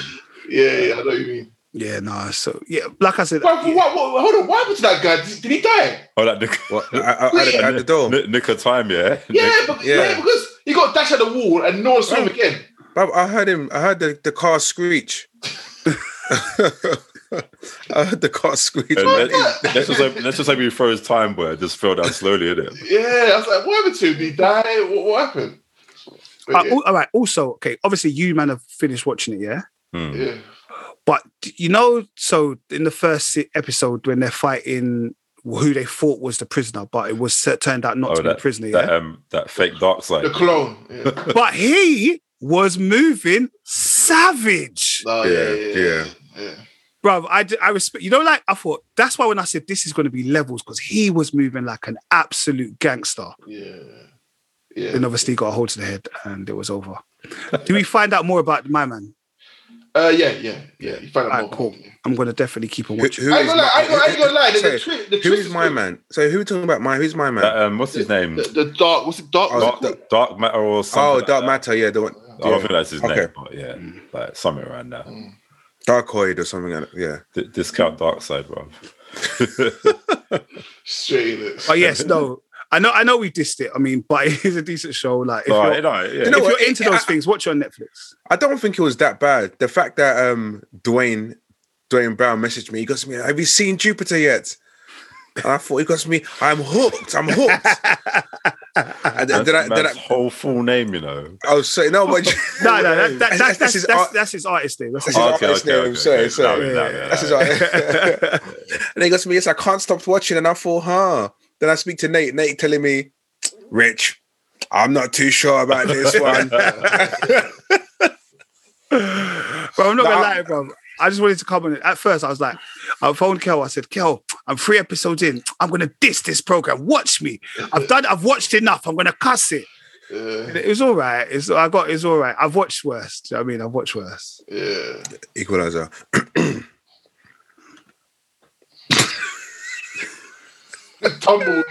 Speaker 3: yeah, yeah, I know what you mean.
Speaker 2: Yeah, nah. So yeah, like I said,
Speaker 3: Why,
Speaker 2: yeah.
Speaker 3: why, why, hold on, what happened to that guy? Did, did he die?
Speaker 1: Oh, that Nick,
Speaker 4: What? I, I, I, I, at the door.
Speaker 1: Nick, Nick of time, yeah.
Speaker 3: Yeah,
Speaker 1: Nick-
Speaker 3: but,
Speaker 4: Yeah. Oh.
Speaker 3: yeah. because he got dashed at the wall and no one saw him again.
Speaker 4: Bruv, I heard him. I heard the, the car screech. I heard the car screech.
Speaker 1: and let, us uh, just hope, let's just hope he throws time where it just fell down slowly, innit?
Speaker 3: Yeah, I was like, what happened to him? Did he die? What, what happened? But
Speaker 2: Uh,
Speaker 3: yeah,
Speaker 2: al- all right. Also, okay. Obviously, you man have finished watching it, yeah.
Speaker 4: oh.
Speaker 1: Hmm.
Speaker 3: yeah.
Speaker 2: But d- you know, so in the first se- episode when they're fighting who they thought was the prisoner, but it was turned out not
Speaker 1: Oh,
Speaker 2: to be the prisoner, yeah.
Speaker 1: That um, that fake dark side.
Speaker 3: The clone. Yeah.
Speaker 2: but he was moving savage.
Speaker 3: No, Oh, yeah, yeah, yeah. yeah.
Speaker 2: Bro, I, d- I respect, you know, like I thought, that's why when I said this is going to be levels, because he was moving like an absolute gangster.
Speaker 3: yeah. yeah.
Speaker 2: Then obviously he got a hold to the head and it was over. Do we find out more about my man?
Speaker 3: Uh, yeah, yeah, yeah. You find out
Speaker 2: Alright,
Speaker 3: more.
Speaker 2: cool. I'm going to definitely keep on
Speaker 4: Who-
Speaker 2: watching.
Speaker 4: who is
Speaker 3: I ain't gonna
Speaker 4: my-
Speaker 3: lie. I ain't gonna- I ain't gonna lie. The,
Speaker 4: Sorry,
Speaker 3: the, tri- the
Speaker 4: Who
Speaker 3: twist
Speaker 4: is my
Speaker 3: good.
Speaker 4: man? So who are we talking about? My who's my man?
Speaker 1: That, um, what's his name?
Speaker 3: The, the dark. What's it? Dark.
Speaker 4: Oh,
Speaker 3: what's
Speaker 1: Dark,
Speaker 3: it called?
Speaker 1: Dark Matter or
Speaker 4: oh,
Speaker 1: something. like
Speaker 4: Dark
Speaker 1: that.
Speaker 4: Matter. Yeah, the one.
Speaker 1: Oh, I
Speaker 4: yeah.
Speaker 1: think that's his
Speaker 4: Okay. Mm.
Speaker 1: name, but yeah, like somewhere around there.
Speaker 3: Mm.
Speaker 4: Darkoid or something like that. Yeah.
Speaker 1: D- discount Dark Side, bro.
Speaker 3: Straight in it.
Speaker 2: But yes, no, I know, I know we dissed it. I mean, but it is a decent show. Like, if,
Speaker 1: No,
Speaker 2: you're,
Speaker 1: I- no, yeah.
Speaker 4: You know
Speaker 2: if
Speaker 4: what?
Speaker 2: you're into
Speaker 4: It-
Speaker 2: those
Speaker 4: I-
Speaker 2: things, watch it on Netflix.
Speaker 4: I don't think it was that bad. The fact that um Dwayne Dwayne Brown messaged me, he goes to me, "Have you seen Jupiter yet?" And I thought he goes to me, "I'm hooked. I'm hooked." and then,
Speaker 1: that's
Speaker 4: then I, then
Speaker 1: man's
Speaker 4: I,
Speaker 1: whole full name, you know.
Speaker 4: I was saying, "No, but
Speaker 2: No, no, that,
Speaker 4: That's-
Speaker 2: that, that's,
Speaker 4: that's
Speaker 2: that's,
Speaker 4: his
Speaker 2: that's,
Speaker 4: art-
Speaker 2: that's his artist thing. That's
Speaker 4: That's
Speaker 2: his
Speaker 4: his
Speaker 2: art.
Speaker 1: Oh,
Speaker 4: artist name, sorry, sorry.
Speaker 1: No, no, no, no,
Speaker 4: that's his
Speaker 1: no.
Speaker 4: art." and he goes to me, "Yes, I can't stop watching." And I thought, "Huh." Then I speak to Nate. Nate telling me, "Rich, I'm not too sure about this one."
Speaker 2: Bro, I'm not
Speaker 4: No,
Speaker 2: gonna
Speaker 4: I-
Speaker 2: lie, bro. I just wanted to comment. At first, I was like, I phoned Kel. I said, Kel, I'm three episodes in. I'm gonna diss this program. Watch me. I've done. I've watched enough. I'm gonna cuss it.
Speaker 3: Yeah,
Speaker 2: It was all right. It's I got. It's all right. I've watched worse. Do you know what I mean, I've watched worse.
Speaker 3: yeah.
Speaker 4: Equalizer.
Speaker 3: Tumbleweed.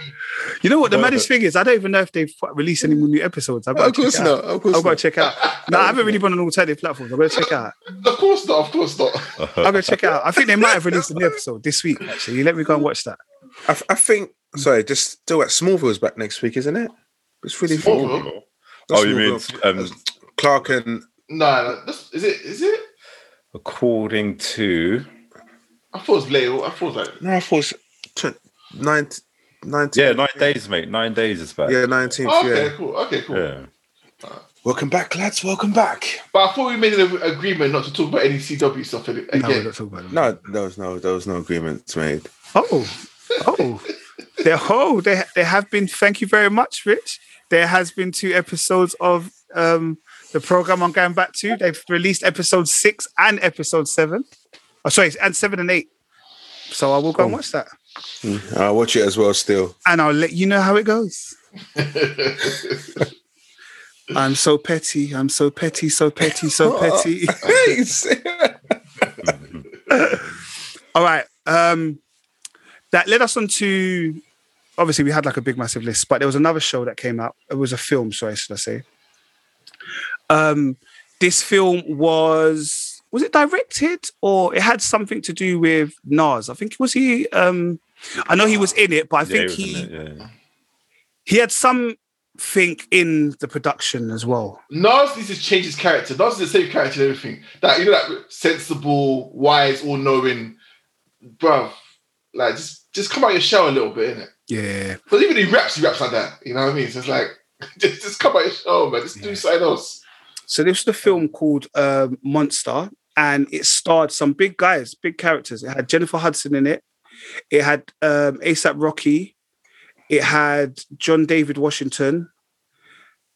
Speaker 2: You know what the maddest thing is? I don't even know if they've fu- released any more new episodes. I've got
Speaker 4: Of
Speaker 2: to
Speaker 4: course
Speaker 2: check it
Speaker 4: not.
Speaker 2: out.
Speaker 4: Of course
Speaker 2: I've got to
Speaker 4: not.
Speaker 2: check it out. No, I haven't really been on alternative platforms. I'm gonna check it out.
Speaker 3: Of course not. Of course not.
Speaker 1: Uh-huh.
Speaker 2: I'm gonna check it out. I think they might have released a new episode this week. Actually, let me go and watch that.
Speaker 4: I, f- I think. Sorry, just still at Smallville's back next week, isn't it? It's really fun.
Speaker 3: Smallville?
Speaker 1: Oh, you mean um,
Speaker 4: Clark and
Speaker 3: Nah, nah, this- is it? Is it?
Speaker 1: according to
Speaker 3: I thought it was later. I thought it was like
Speaker 4: no, I thought it was tw- nine,
Speaker 1: yeah, nine days, mate. Nine days is back.
Speaker 4: yeah, nineteenth.
Speaker 3: Oh, okay,
Speaker 4: Yeah.
Speaker 3: cool. Okay, cool.
Speaker 1: yeah.
Speaker 4: Welcome back, lads. Welcome back.
Speaker 3: But I thought we made an agreement not to talk about any CW stuff in-
Speaker 2: No, we're
Speaker 3: again.
Speaker 2: not talking about it.
Speaker 4: No, there was no, there was no agreement made.
Speaker 2: Oh, oh, there, oh, there, there have been. Thank you very much, Rich. There has been two episodes of um, the program I'm going back to. They've released episode six and episode seven. Oh, sorry, and seven and eight. So I will go and watch that,
Speaker 4: I watch it as well. Still,
Speaker 2: and I'll let you know how it goes. I'm so petty. I'm so petty. So petty. So petty.
Speaker 4: thanks.
Speaker 2: All right. Um, that led us on to obviously we had like a big massive list, but there was another show that came out. It was a film, sorry, should I say? Um, this film was was it directed or it had something to do with Nas? I think was he. Um, I know he was in it, but I
Speaker 1: Yeah,
Speaker 2: think
Speaker 1: it was
Speaker 2: he
Speaker 1: in it, yeah.
Speaker 2: he had something in the production as well.
Speaker 3: Nas needs to change his character. Nas is the same character and everything. That you know, that sensible, wise, all-knowing, bruv. Like just, just come out your shell a little bit, innit?
Speaker 2: Yeah,
Speaker 3: Because even he raps, he raps like that. You know what I mean? So it's like, just, just come out your shell, man. Just do something else.
Speaker 2: So this was a film called um, Monster, and it starred some big guys, big characters. It had Jennifer Hudson in it. It had um, ASAP Rocky. It had John David Washington,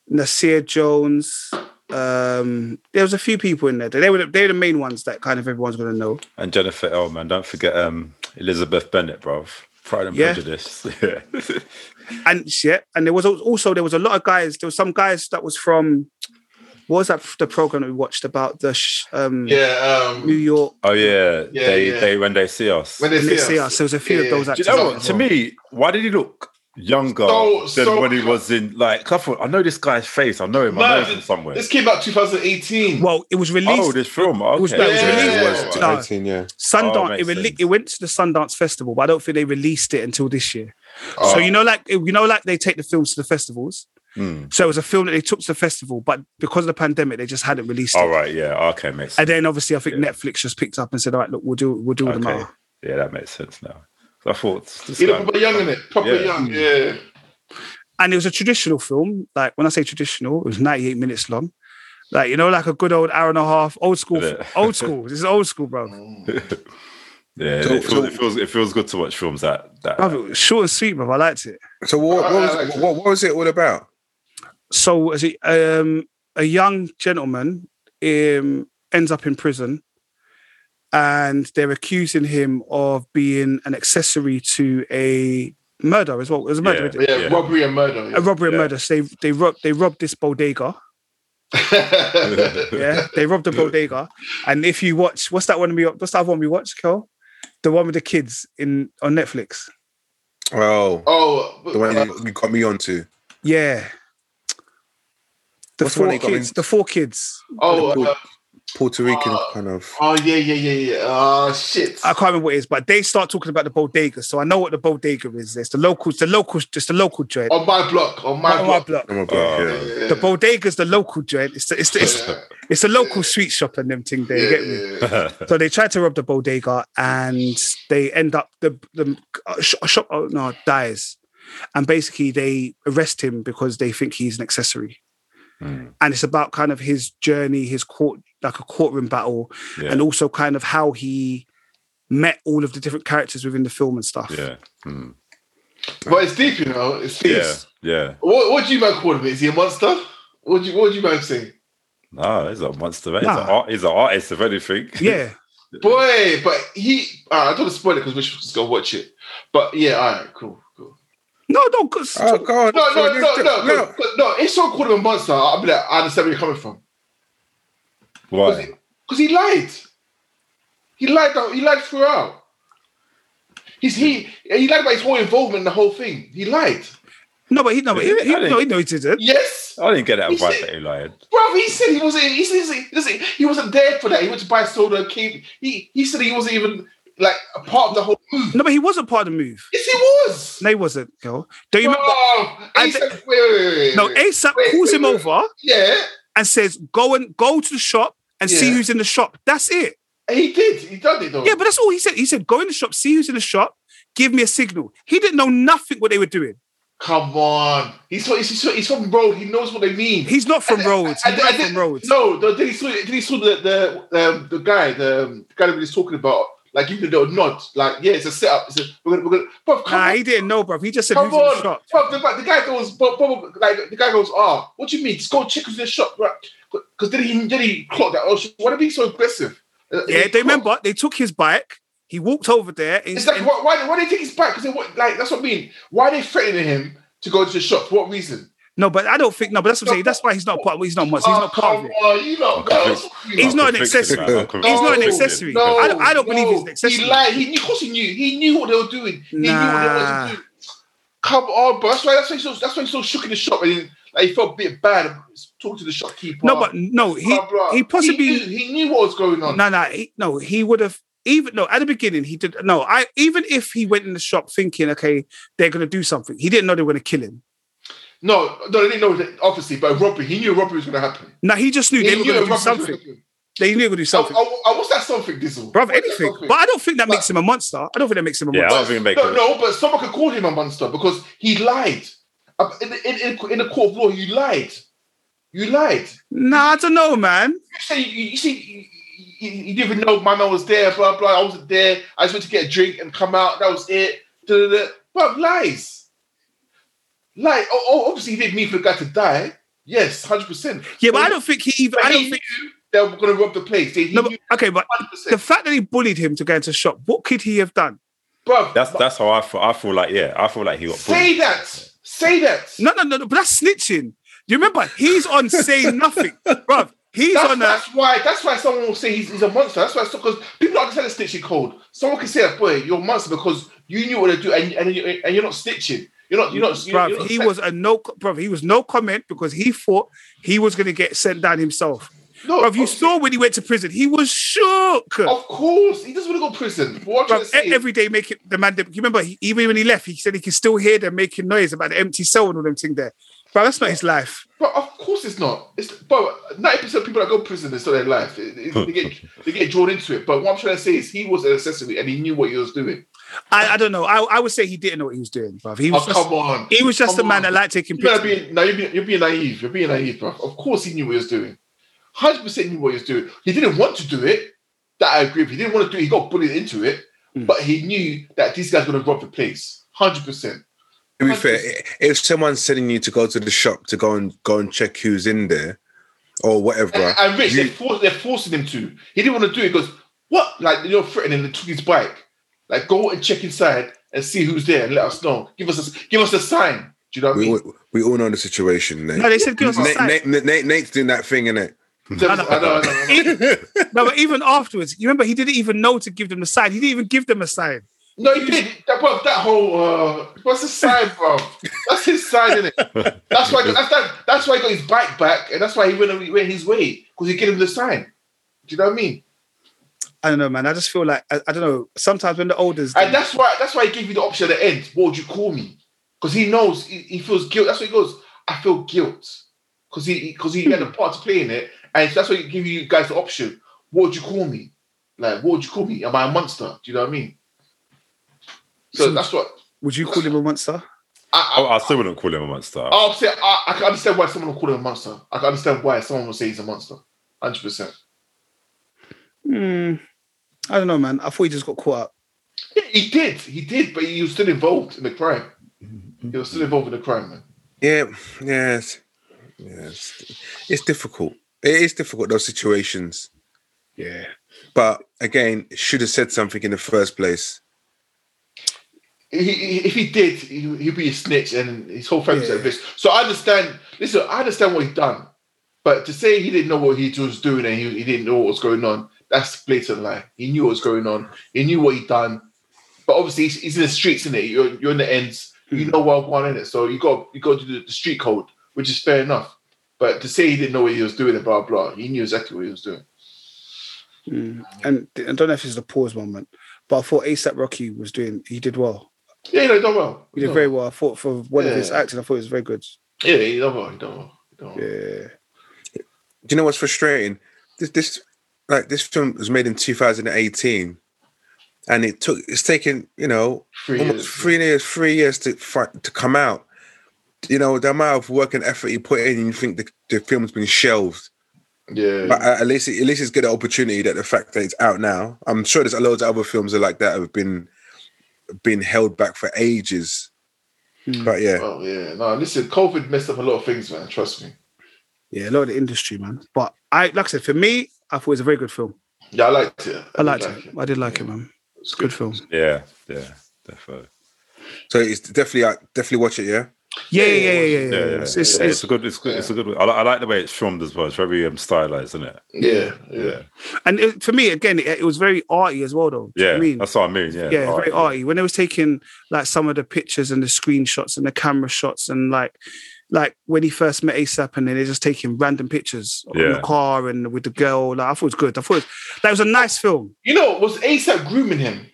Speaker 2: Nasir Jones. Um, there was a few people in there. They were the, they were the main ones that kind of everyone's going to know.
Speaker 1: And Jennifer L. Man, don't forget um, Elizabeth Bennett, bro. Pride and
Speaker 2: Yeah.
Speaker 1: Prejudice. Yeah.
Speaker 2: And yeah, and there was al- also there was a lot of guys. There was some guys that was from what was that the program that we watched about the sh- um,
Speaker 3: Yeah.
Speaker 2: New
Speaker 3: Um,
Speaker 2: York.
Speaker 1: oh yeah.
Speaker 3: Yeah,
Speaker 1: they
Speaker 3: yeah.
Speaker 1: they when they see us.
Speaker 3: when they
Speaker 2: When
Speaker 3: see
Speaker 2: they
Speaker 3: us,
Speaker 2: see us, there was a few
Speaker 3: Yeah.
Speaker 2: of those
Speaker 3: Do
Speaker 1: Do
Speaker 2: actors.
Speaker 1: you know
Speaker 2: as
Speaker 1: what? To
Speaker 2: well.
Speaker 1: me, why did he look younger
Speaker 3: So-
Speaker 1: than
Speaker 3: so-
Speaker 1: when he was in? Like, I thought, I know this guy's face. I know him. I know
Speaker 3: No,
Speaker 1: him from
Speaker 3: this,
Speaker 1: somewhere.
Speaker 3: this came out 2018.
Speaker 2: Well, it was released.
Speaker 1: oh, this film. Okay.
Speaker 2: was-
Speaker 3: that was Yeah. released.
Speaker 4: It was
Speaker 2: No.
Speaker 4: nineteen. Yeah.
Speaker 2: Sundance.
Speaker 1: Oh,
Speaker 2: it,
Speaker 1: makes
Speaker 2: rele-
Speaker 1: sense.
Speaker 2: it went to the Sundance Festival, but I don't think they released it until this year.
Speaker 3: Oh.
Speaker 2: So you know, like you know, like they take the films to the festivals.
Speaker 1: Hmm.
Speaker 2: So it was a film that they took to the festival, but because of the pandemic, they just hadn't released
Speaker 1: All
Speaker 2: it.
Speaker 1: Oh, right. Yeah. Okay. Makes sense.
Speaker 2: And then obviously, I think Netflix just picked up and said, "All right, look, we'll do we'll do them
Speaker 1: Okay.
Speaker 2: out."
Speaker 1: Yeah, that makes sense now. I thought this
Speaker 3: you know,
Speaker 1: guy-
Speaker 3: proper young in it. Proper
Speaker 1: Yeah.
Speaker 3: young. Yeah.
Speaker 2: And it was a traditional film. Like when I say traditional, it was 98 minutes long. Like you know, like a good old hour and a half, old school,
Speaker 1: Yeah.
Speaker 2: old school. This is old school, bro.
Speaker 1: Yeah,
Speaker 4: So-
Speaker 1: it, feels,
Speaker 4: so-
Speaker 1: it feels it feels good to watch films that that.
Speaker 2: Brother, it was short and sweet, bro. I liked it.
Speaker 4: So what, what,
Speaker 3: I- I
Speaker 4: was,
Speaker 3: like it.
Speaker 4: what, what was it all about?
Speaker 2: so as it um a young gentleman um, ends up in prison, and they're accusing him of being an accessory to a murder as well. It was a murder.
Speaker 1: Yeah.
Speaker 2: wasn't it?
Speaker 3: Yeah,
Speaker 1: Yeah.
Speaker 3: robbery and murder.
Speaker 2: A robbery and
Speaker 1: Yeah.
Speaker 2: murder. So they they robbed they robbed this bodega.
Speaker 3: Yeah.
Speaker 2: Yeah, they robbed the bodega. And if you watch, what's that one we what's that one we watched, Kel? The one with the kids in on Netflix.
Speaker 4: Oh,
Speaker 3: oh,
Speaker 4: the one you- you got me onto.
Speaker 2: Yeah. The
Speaker 4: What's the
Speaker 2: four
Speaker 4: one they got
Speaker 2: kids.
Speaker 4: in-
Speaker 2: The four kids.
Speaker 3: oh, uh,
Speaker 4: Puerto Rican
Speaker 3: Uh,
Speaker 4: kind of.
Speaker 3: oh, yeah, yeah, yeah, yeah. Ah, shit.
Speaker 2: I can't remember what it is, but they start talking about the bodega. So I know what the bodega is. It's the local, it's the local, it's the local joint.
Speaker 3: on my block. On Oh, my
Speaker 2: Not on my
Speaker 3: block.
Speaker 2: block.
Speaker 4: I'm a black,
Speaker 1: uh,
Speaker 4: yeah.
Speaker 3: Yeah,
Speaker 2: The bodega's the local joint. It's the it's the, it's,
Speaker 3: yeah,
Speaker 2: it's the local sweet shop and them thing there. you
Speaker 3: yeah,
Speaker 2: get me?
Speaker 3: yeah, yeah.
Speaker 1: yeah.
Speaker 2: So they tried to rob the bodega, and they end up the the uh, sh- shop owner dies, and basically they arrest him because they think he's an accessory.
Speaker 1: Mm.
Speaker 2: And it's about kind of his journey, his court like a courtroom battle,
Speaker 1: Yeah.
Speaker 2: and also kind of how he met all of the different characters within the film and stuff.
Speaker 1: Yeah. Mm.
Speaker 3: But it's deep, you know. It's deep.
Speaker 1: Yeah. Yeah.
Speaker 3: What, what do you man call him? Is he a monster? What do you, what do you man say?
Speaker 1: No, he's a monster. Man. He's,
Speaker 2: Nah.
Speaker 1: an art, he's an artist, if anything.
Speaker 2: Yeah,
Speaker 3: Boy, but he. Uh, I don't want to spoil it because we're just going to watch it. But yeah, all right, cool. cool.
Speaker 2: no, no, 'cause-
Speaker 4: Oh God!
Speaker 3: No, no, no,
Speaker 4: So-
Speaker 3: no, no, no, no. If someone called him a monster, I'll be like, I understand where you're coming from.
Speaker 1: Why?
Speaker 3: Because he lied. He lied. the- He lied throughout. He's he. He lied about his whole involvement in the whole thing. He lied.
Speaker 2: no, but he no, but he, he,
Speaker 1: I didn't-
Speaker 2: no, he, no, he didn't.
Speaker 3: Yes,
Speaker 1: I didn't get that
Speaker 3: He
Speaker 1: vibe
Speaker 3: said-
Speaker 1: that he lied.
Speaker 3: bro. He said he wasn't. He said, he, said, he wasn't there for that. He went to buy soda. Came. He he said he wasn't even like a part of the whole move.
Speaker 2: No, but he wasn't part of the move.
Speaker 3: Yes, he was.
Speaker 2: No, he wasn't. Girl. Don't you remember?
Speaker 3: Bro,
Speaker 2: I
Speaker 3: ASAP, wait, wait, wait, wait,
Speaker 2: No,
Speaker 3: wait.
Speaker 2: ASAP
Speaker 3: Wait,
Speaker 2: calls
Speaker 3: wait,
Speaker 2: him
Speaker 3: wait.
Speaker 2: over.
Speaker 3: Yeah,
Speaker 2: and says, "Go and go to the shop and see
Speaker 3: Yeah. Oh.
Speaker 2: who's in the shop." That's it.
Speaker 3: he did. He done it though.
Speaker 2: Yeah, but that's all he said. He said, "Go in the shop, see who's in the shop, give me a signal." He didn't know nothing what they were doing.
Speaker 3: come on. He's from, he's, he's from Road. He knows what they mean.
Speaker 2: He's not from Rhodes. He's
Speaker 3: And-
Speaker 2: not
Speaker 3: and
Speaker 2: from
Speaker 3: then-
Speaker 2: Rhodes.
Speaker 3: No, no, then he saw, then he saw the the, um, the guy, the, um, the guy that we was talking about, like giving a little nod, like yeah, it's a setup. It's a, we're gonna, we're gonna, bruv, come
Speaker 2: Nah,
Speaker 3: on,
Speaker 2: he didn't know, bruv. He just said,
Speaker 3: come
Speaker 2: "Who's in the
Speaker 3: on,
Speaker 2: shop?"
Speaker 3: bruv, the, the guy goes, bruv, bruv, like the guy goes, ah, what do you mean? Just go check with the shop, right? Because then he then he clocked that. Oh, shit, why are they being so aggressive? Uh, he
Speaker 2: Yeah,
Speaker 3: clocked.
Speaker 2: they remember they took his bike. He walked over there. And,
Speaker 3: It's like
Speaker 2: and-
Speaker 3: why why, why they take his back? Because like that's what I mean. Why are they threatening him to go to the shop? For what reason?
Speaker 2: no, but I don't think no. But that's what I'm saying. That's why he's not part. He's not much. He's
Speaker 3: Oh,
Speaker 2: not part of it.
Speaker 3: come on, you know, girls.
Speaker 2: He's not an
Speaker 1: Convicted,
Speaker 4: accessory.
Speaker 1: man. I'm
Speaker 4: He's
Speaker 1: convicted.
Speaker 2: not an
Speaker 1: Convicted.
Speaker 2: accessory.
Speaker 3: No,
Speaker 2: I don't- I don't
Speaker 3: no.
Speaker 2: believe he's an accessory.
Speaker 3: He lied. He knew, of course, he knew. He knew what they were doing. He knew what they
Speaker 2: Nah.
Speaker 3: wanted to do. Come on, bro. That's why. That's why he's so. That's why he's so shook in the shop, and he, like, he felt a bit bad. Talking to the shopkeeper.
Speaker 2: No, but no, he
Speaker 3: Blah, blah.
Speaker 2: he possibly
Speaker 3: He knew, he knew what was going on.
Speaker 2: No, no, he, no. He would have even no at the beginning. He did no. I even if he went in the shop thinking, okay, they're gonna do something. He didn't know they were gonna kill him.
Speaker 3: No, no, they didn't know that. Obviously, but robbery. He knew robbery was going to happen.
Speaker 2: No, he just knew
Speaker 3: He
Speaker 2: they were gonna
Speaker 3: that
Speaker 2: do
Speaker 3: robbery was gonna
Speaker 2: something.
Speaker 3: happen.
Speaker 2: They knew they were gonna Oh, do something,
Speaker 3: I, I, I, what's that something, Dizzle?
Speaker 2: bruv.
Speaker 3: What's that
Speaker 2: Anything,
Speaker 3: something?
Speaker 2: but I don't think that
Speaker 3: But-
Speaker 2: makes him a monster. I don't think that makes him a
Speaker 1: Yeah, I
Speaker 2: monster.
Speaker 1: don't think it makes
Speaker 3: no, no, but someone could call him a monster because he lied. Uh, In, in, in, in the court of law, you lied. You lied.
Speaker 2: Nah, I don't know, man.
Speaker 3: You say you, you see you, you, you didn't even know my man was there. Blah blah. I wasn't there. I just went to get a drink and come out. That was it. Da, da, da. But lies. Lie. Oh, oh, obviously he didn't mean for the guy to die. Yes, hundred percent.
Speaker 2: Yeah, but I don't think he even. I don't think.
Speaker 3: they were going to rob the place. They, he
Speaker 2: No,
Speaker 3: no,
Speaker 2: but, okay, but
Speaker 3: hundred percent.
Speaker 2: the fact that he bullied him to go into the shop, what could he have done?
Speaker 3: Bro,
Speaker 1: That's that's how I feel. I feel like yeah, I feel like he got bullied.
Speaker 3: say that. Say that.
Speaker 2: No, no, no, no. But that's snitching. Do you remember? He's on say nothing, bruv. He's
Speaker 3: that's,
Speaker 2: on a.
Speaker 3: that's why. That's why someone will say he's, he's a monster. That's why because people don't understand the snitching code. Someone can say, that, "Boy, you're a monster because you knew what to do, and and, you, and you're not snitching. You're not. You're not. You're,
Speaker 2: Bruv,
Speaker 3: you're not
Speaker 2: he was a no, bruv, he was no comment because he thought he was going to get sent down himself.
Speaker 3: No,
Speaker 2: Bruv, you
Speaker 3: of,
Speaker 2: saw when he went to prison, he was shook.
Speaker 3: of course, he doesn't want to go to prison. But What I'm trying to
Speaker 2: Bruv,
Speaker 3: say
Speaker 2: e-
Speaker 3: is-
Speaker 2: every day making the man, you remember, he, even when he left, he said he could still hear them making noise about the empty cell and all them thing there. Bruv, that's not his life.
Speaker 3: But of course it's not. It's but ninety percent of people that go to prison it's not their life. It- it- they get they get drawn into it. But what I'm trying to say is he was an accessory and he knew what he was doing.
Speaker 2: I, I don't know. I, I would say he didn't know what he was doing, bruv. He
Speaker 3: Oh
Speaker 2: was just,
Speaker 3: come on!
Speaker 2: he was just a
Speaker 3: Come
Speaker 2: man
Speaker 3: on.
Speaker 2: that liked taking
Speaker 3: You're
Speaker 2: pictures.
Speaker 3: being, no, you're being, you're being naive. You're being naive, bro. Of course he knew what he was doing. 100% knew what he was doing. He didn't want to do it. That I agree with. He didn't want to do it. He got bullied into it.
Speaker 4: Hmm.
Speaker 3: But he knew that these guys were going to rob the place. 100%.
Speaker 4: To be fair, i- if someone's telling you to go to the shop to go and go and check who's in there, or whatever.
Speaker 3: And, and Rich,
Speaker 4: you-
Speaker 3: they're, for, they're forcing him to. He didn't want to do it because what? Like you're threatening him to took his bike. Like go and check inside and see who's there and let us know. Give us a, give us a sign. Do you know what I
Speaker 4: we,
Speaker 3: mean?
Speaker 4: all- we all know the situation. Nate.
Speaker 2: No, they said give us a
Speaker 4: Nate,
Speaker 2: sign.
Speaker 4: Nate, Nate, Nate- Nate's doing that thing, innit?
Speaker 3: There was- I know, I know, I know.
Speaker 2: No, but even afterwards, you remember he didn't even know to give them the sign. He didn't even give them a sign.
Speaker 3: No, he did. That, bruv, that whole uh, what's his sign, bro? That's his sign, isn't it? That's why. That's that, That's why he got his bike back, and that's why he went, he went his way because he gave him the sign. Do you know what I mean?
Speaker 2: I don't know, man. I just feel like I, I don't know. Sometimes when the olders,
Speaker 3: And that's why. That's why he gave you the option at the end. What would you call me? Because he knows he, he feels guilt. That's why he goes. I feel guilt because he because he had a part to play in it, and that's why he gave you guys the option. What would you call me? Like, what would you call me? Am I a monster? Do you know what I mean? So that's what
Speaker 2: would you call him a monster?
Speaker 3: I, I,
Speaker 1: I, I still wouldn't call him a monster.
Speaker 3: I'll say Oh, I, I can understand why someone would call him a monster. I can understand why someone would say he's a monster. Hundred percent.
Speaker 2: Hmm. I don't know, man. I thought he just got caught up.
Speaker 3: Yeah, he did. He did, but he was still involved in the crime. He was still involved in the crime, man.
Speaker 4: Yeah, yes, yes. It's difficult. It is difficult those situations.
Speaker 2: Yeah.
Speaker 4: But again, should have said something in the first place.
Speaker 3: He, he- if he did, he, he'd be a snitch, and his whole family's
Speaker 2: Yeah.
Speaker 3: at risk. So I understand. Listen, I understand what he's done, but to say he didn't know what he was doing and he, he didn't know what was going on, that's blatant lie. He knew what was going on. He knew what he'd done. But obviously, he's, he's in the streets, isn't it? You're, you're in the ends.
Speaker 2: Hmm.
Speaker 3: You know what one in it. So you got you got to do the street code, which is fair enough. But to say he didn't know what he was doing and blah blah, he knew exactly what he was doing.
Speaker 2: Mm. And I don't know if it's the pause moment, but I thought ASAP Rocky was doing. He did well.
Speaker 3: Yeah, he done well.
Speaker 2: He did very well. I thought for one of his
Speaker 3: Oh. Yeah.
Speaker 2: acting, I thought it was very good.
Speaker 3: Yeah, he done well. He done well. He done well.
Speaker 2: Yeah.
Speaker 4: Do you know what's frustrating? This, this, like this film was made in 2018, and it took. It's taken, you know,
Speaker 3: Three
Speaker 4: almost
Speaker 3: years.
Speaker 4: three years, three years to fight, to come out. You know the amount of work and effort he put in. You think the, the film's been shelved.
Speaker 3: Yeah,
Speaker 4: But uh, at least, at least it's good opportunity that the fact that it's out now. I'm sure there's loads of other films that are like that have been been held back for ages.
Speaker 2: Mm.
Speaker 4: But yeah,
Speaker 3: Well, Oh, yeah. No, listen, COVID messed up a lot of things, man. Trust me.
Speaker 2: Yeah, a lot of the industry, man. But I, like I said, for me, I thought it was a very good film.
Speaker 3: Yeah, I liked it.
Speaker 2: I
Speaker 3: did
Speaker 2: liked
Speaker 3: like
Speaker 2: it. I did like it, man. It's a good film.
Speaker 1: yeah, yeah, definitely.
Speaker 4: so it's definitely uh, definitely watch it. Yeah,
Speaker 2: Yeah, yeah, yeah, yeah. yeah, yeah.
Speaker 1: Yeah, yeah,
Speaker 2: It's, it's,
Speaker 1: yeah,
Speaker 2: it's,
Speaker 1: a good, it's good, it's a good. I, li- I like the way it's filmed as well. It's very um, stylized, isn't it?
Speaker 3: Yeah, yeah.
Speaker 2: and it, for me, again, it, it was very arty as well, though. Do you
Speaker 1: Yeah,
Speaker 2: know what I mean,
Speaker 1: that's what I mean. Yeah,
Speaker 2: yeah, it's
Speaker 1: All
Speaker 2: very
Speaker 1: right.
Speaker 2: arty. When they was taking like some of the pictures and the screenshots and the camera shots and like like when he first met ASAP and then they're just taking random pictures in the
Speaker 1: Yeah.
Speaker 2: car and with the girl. Like I thought it was good. I thought it was, that was a nice film.
Speaker 3: You know, was ASAP grooming him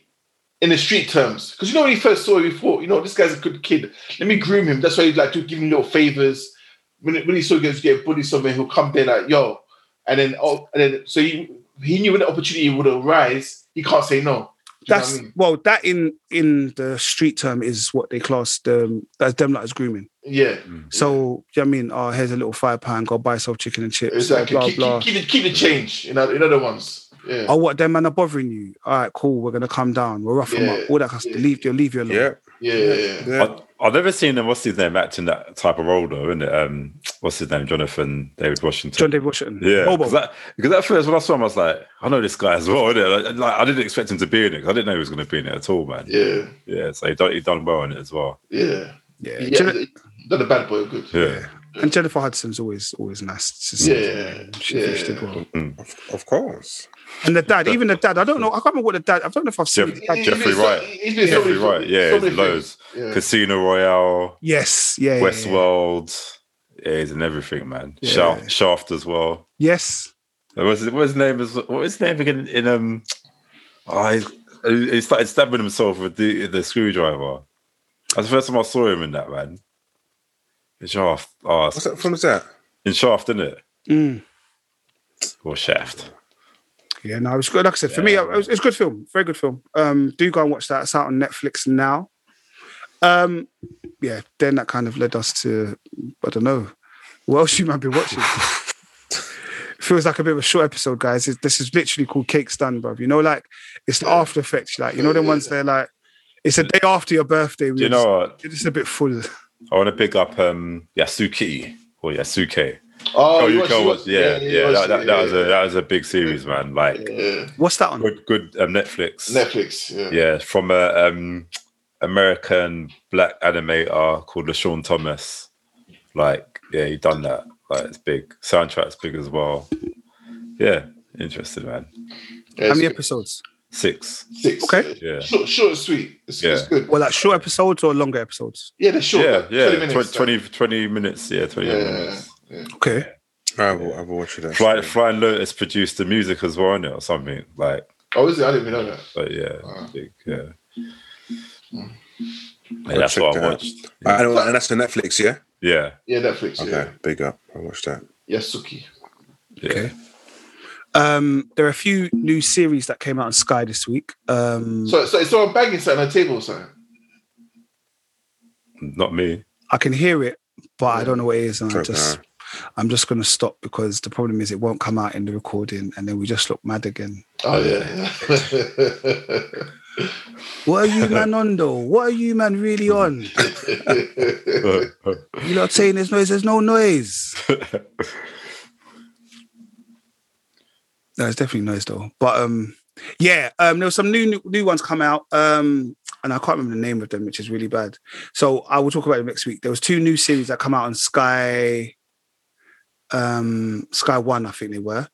Speaker 3: in the street terms? Because you know when he first saw him, he thought, you know, this guy's a good kid. Let me groom him. That's why he'd like to give him little favors. When, when he saw he was getting bullied somewhere, he'll come there like, yo. And then oh and then so he he knew when the opportunity would arise, he can't say no. Do you know what I
Speaker 2: That's
Speaker 3: mean?
Speaker 2: well, that in in the street term is what they classed um as them like as grooming.
Speaker 3: Yeah.
Speaker 2: So you know what I mean, oh here's a little five pound, go buy some chicken and chips.
Speaker 3: Exactly.
Speaker 2: Blah
Speaker 3: keep,
Speaker 2: blah.
Speaker 3: Keep, keep, the, keep the change in, other- in other ones. Yeah.
Speaker 2: Oh, what them man are bothering you? All right, cool. We're gonna come down. We'll rough them
Speaker 3: Yeah,
Speaker 2: up. All that kind of stuff.
Speaker 3: yeah.
Speaker 2: Leave you, leave you alone.
Speaker 4: yeah,
Speaker 3: Yeah, yeah, yeah.
Speaker 4: yeah.
Speaker 1: I, I've never seen him. What's his name? Acting that type of role, though, isn't it? Um, what's his name? Jonathan David Washington.
Speaker 2: John David Washington.
Speaker 1: Yeah,
Speaker 2: Bobo.
Speaker 1: because that, 'cause at first when I saw him, I was like, I know this guy as well. Innit? Like, like, I didn't expect him to be in it. 'cause I didn't know he was going to be in it at all, man. Yeah,
Speaker 3: Yeah.
Speaker 1: so he done, he done well in it as well.
Speaker 3: Yeah.
Speaker 2: yeah.
Speaker 3: Yeah.
Speaker 2: Jen-
Speaker 3: Not a bad boy, good.
Speaker 1: Yeah,
Speaker 2: And Jennifer Hudson's always always nice. to see.
Speaker 3: Yeah,
Speaker 2: she,
Speaker 3: yeah.
Speaker 2: she did well.
Speaker 4: Of, of course.
Speaker 2: And the dad, even the dad, I don't know. I can't remember what the dad. I don't know if I've seen.
Speaker 1: Jeff-
Speaker 2: the dad.
Speaker 1: Jeffrey
Speaker 3: He's been
Speaker 1: Wright.
Speaker 3: So, he's been so
Speaker 1: Jeffrey
Speaker 3: many- so
Speaker 1: Wright. Yeah,
Speaker 3: many
Speaker 1: he's loads.
Speaker 3: films. Yeah.
Speaker 1: Casino Royale,
Speaker 2: Yes, yeah, yeah, yeah.
Speaker 1: Westworld. Yeah, he's in everything, man.
Speaker 2: Yeah.
Speaker 1: Shaft, Shaft as well.
Speaker 2: Yes,
Speaker 1: And What's his, what's his name? Is what was his name again? In um, oh, he's, he started stabbing himself with the, the screwdriver. That's the first time I saw him in that man. In Shaft. Oh,
Speaker 4: What's that? From was that?
Speaker 1: in Shaft, isn't it?
Speaker 2: Mm.
Speaker 1: Or Shaft.
Speaker 2: yeah. No, it was good. Like I said, for me,
Speaker 1: Yeah.
Speaker 2: it was, it's a good film. Very good film. Um, do go and watch that. It's out on Netflix now. Um, yeah. Then that kind of led us to I don't know what else you might be watching. Feels like a bit of a short episode, guys. It- This is literally called Cake's Done, bruv. You know, like it's the after effects, like you know, the ones they're like, it's a day after your birthday.
Speaker 1: Do you know what?
Speaker 2: It's a bit full.
Speaker 1: I want to pick up um Yasuki or Yasuke. Oh, you
Speaker 3: watched-
Speaker 1: go watch,
Speaker 3: watched-
Speaker 1: yeah,
Speaker 3: you
Speaker 1: yeah. That,
Speaker 3: watched
Speaker 1: that,
Speaker 3: it,
Speaker 1: that was a that was a big series, man. Like
Speaker 3: yeah.
Speaker 2: What's that on?
Speaker 1: good, good um, Netflix.
Speaker 3: Netflix. Yeah.
Speaker 1: Yeah, from a um, American black animator called LaShawn Thomas. Like, yeah, he done that. Like, it's big. Soundtrack's big as well. Yeah, interesting, man.
Speaker 3: Yeah,
Speaker 2: How many
Speaker 3: it's
Speaker 2: episodes?
Speaker 1: Six.
Speaker 3: six.
Speaker 2: Okay.
Speaker 1: Yeah.
Speaker 3: Short, short and sweet. It's, it's
Speaker 1: Yeah.
Speaker 3: good.
Speaker 2: Well, like short episodes or longer episodes?
Speaker 3: Yeah, they're short.
Speaker 1: yeah, yeah. 20
Speaker 3: like, 20 minutes. like-
Speaker 1: 20, 20 minutes. Yeah, 20
Speaker 3: Yeah.
Speaker 1: minutes.
Speaker 2: Okay.
Speaker 4: I will, I will watch it.
Speaker 1: Fly,
Speaker 4: actually.
Speaker 1: Flying Lotus produced the music as well, innit, or something. Like,
Speaker 3: Oh, is it? I didn't even know that.
Speaker 1: but yeah,
Speaker 3: Wow.
Speaker 1: big, yeah.
Speaker 4: I'll
Speaker 1: Hmm. Yeah, that's
Speaker 4: check
Speaker 1: what I
Speaker 4: that out.
Speaker 1: watched.
Speaker 4: I don't, and that's on Netflix, yeah.
Speaker 1: Yeah,
Speaker 3: Yeah, Netflix.
Speaker 4: Okay,
Speaker 3: Yeah.
Speaker 4: big up. I watched that.
Speaker 3: Yasuki.
Speaker 1: yeah.
Speaker 2: Okay. Um, there are a few new series that came out on Sky this week. Um,
Speaker 3: So, so, so I'm banging something on the table or something.
Speaker 1: Not me.
Speaker 2: I can hear it, but I don't know what it is, and I
Speaker 4: Okay.
Speaker 2: just I'm just gonna stop because the problem is it won't come out in the recording, and then we just look mad again.
Speaker 3: Oh,
Speaker 1: yeah.
Speaker 3: yeah.
Speaker 2: What are you man on though? What are you man really on?
Speaker 3: Oh,
Speaker 2: You lot saying there's noise. There's no noise. No, it's definitely noise though. But um, yeah, um, there were some new new ones come out. Um, and I can't remember the name of them, which is really bad. So I will talk about it next week. There was two new series that come out on Sky, um, Sky One, I think they were.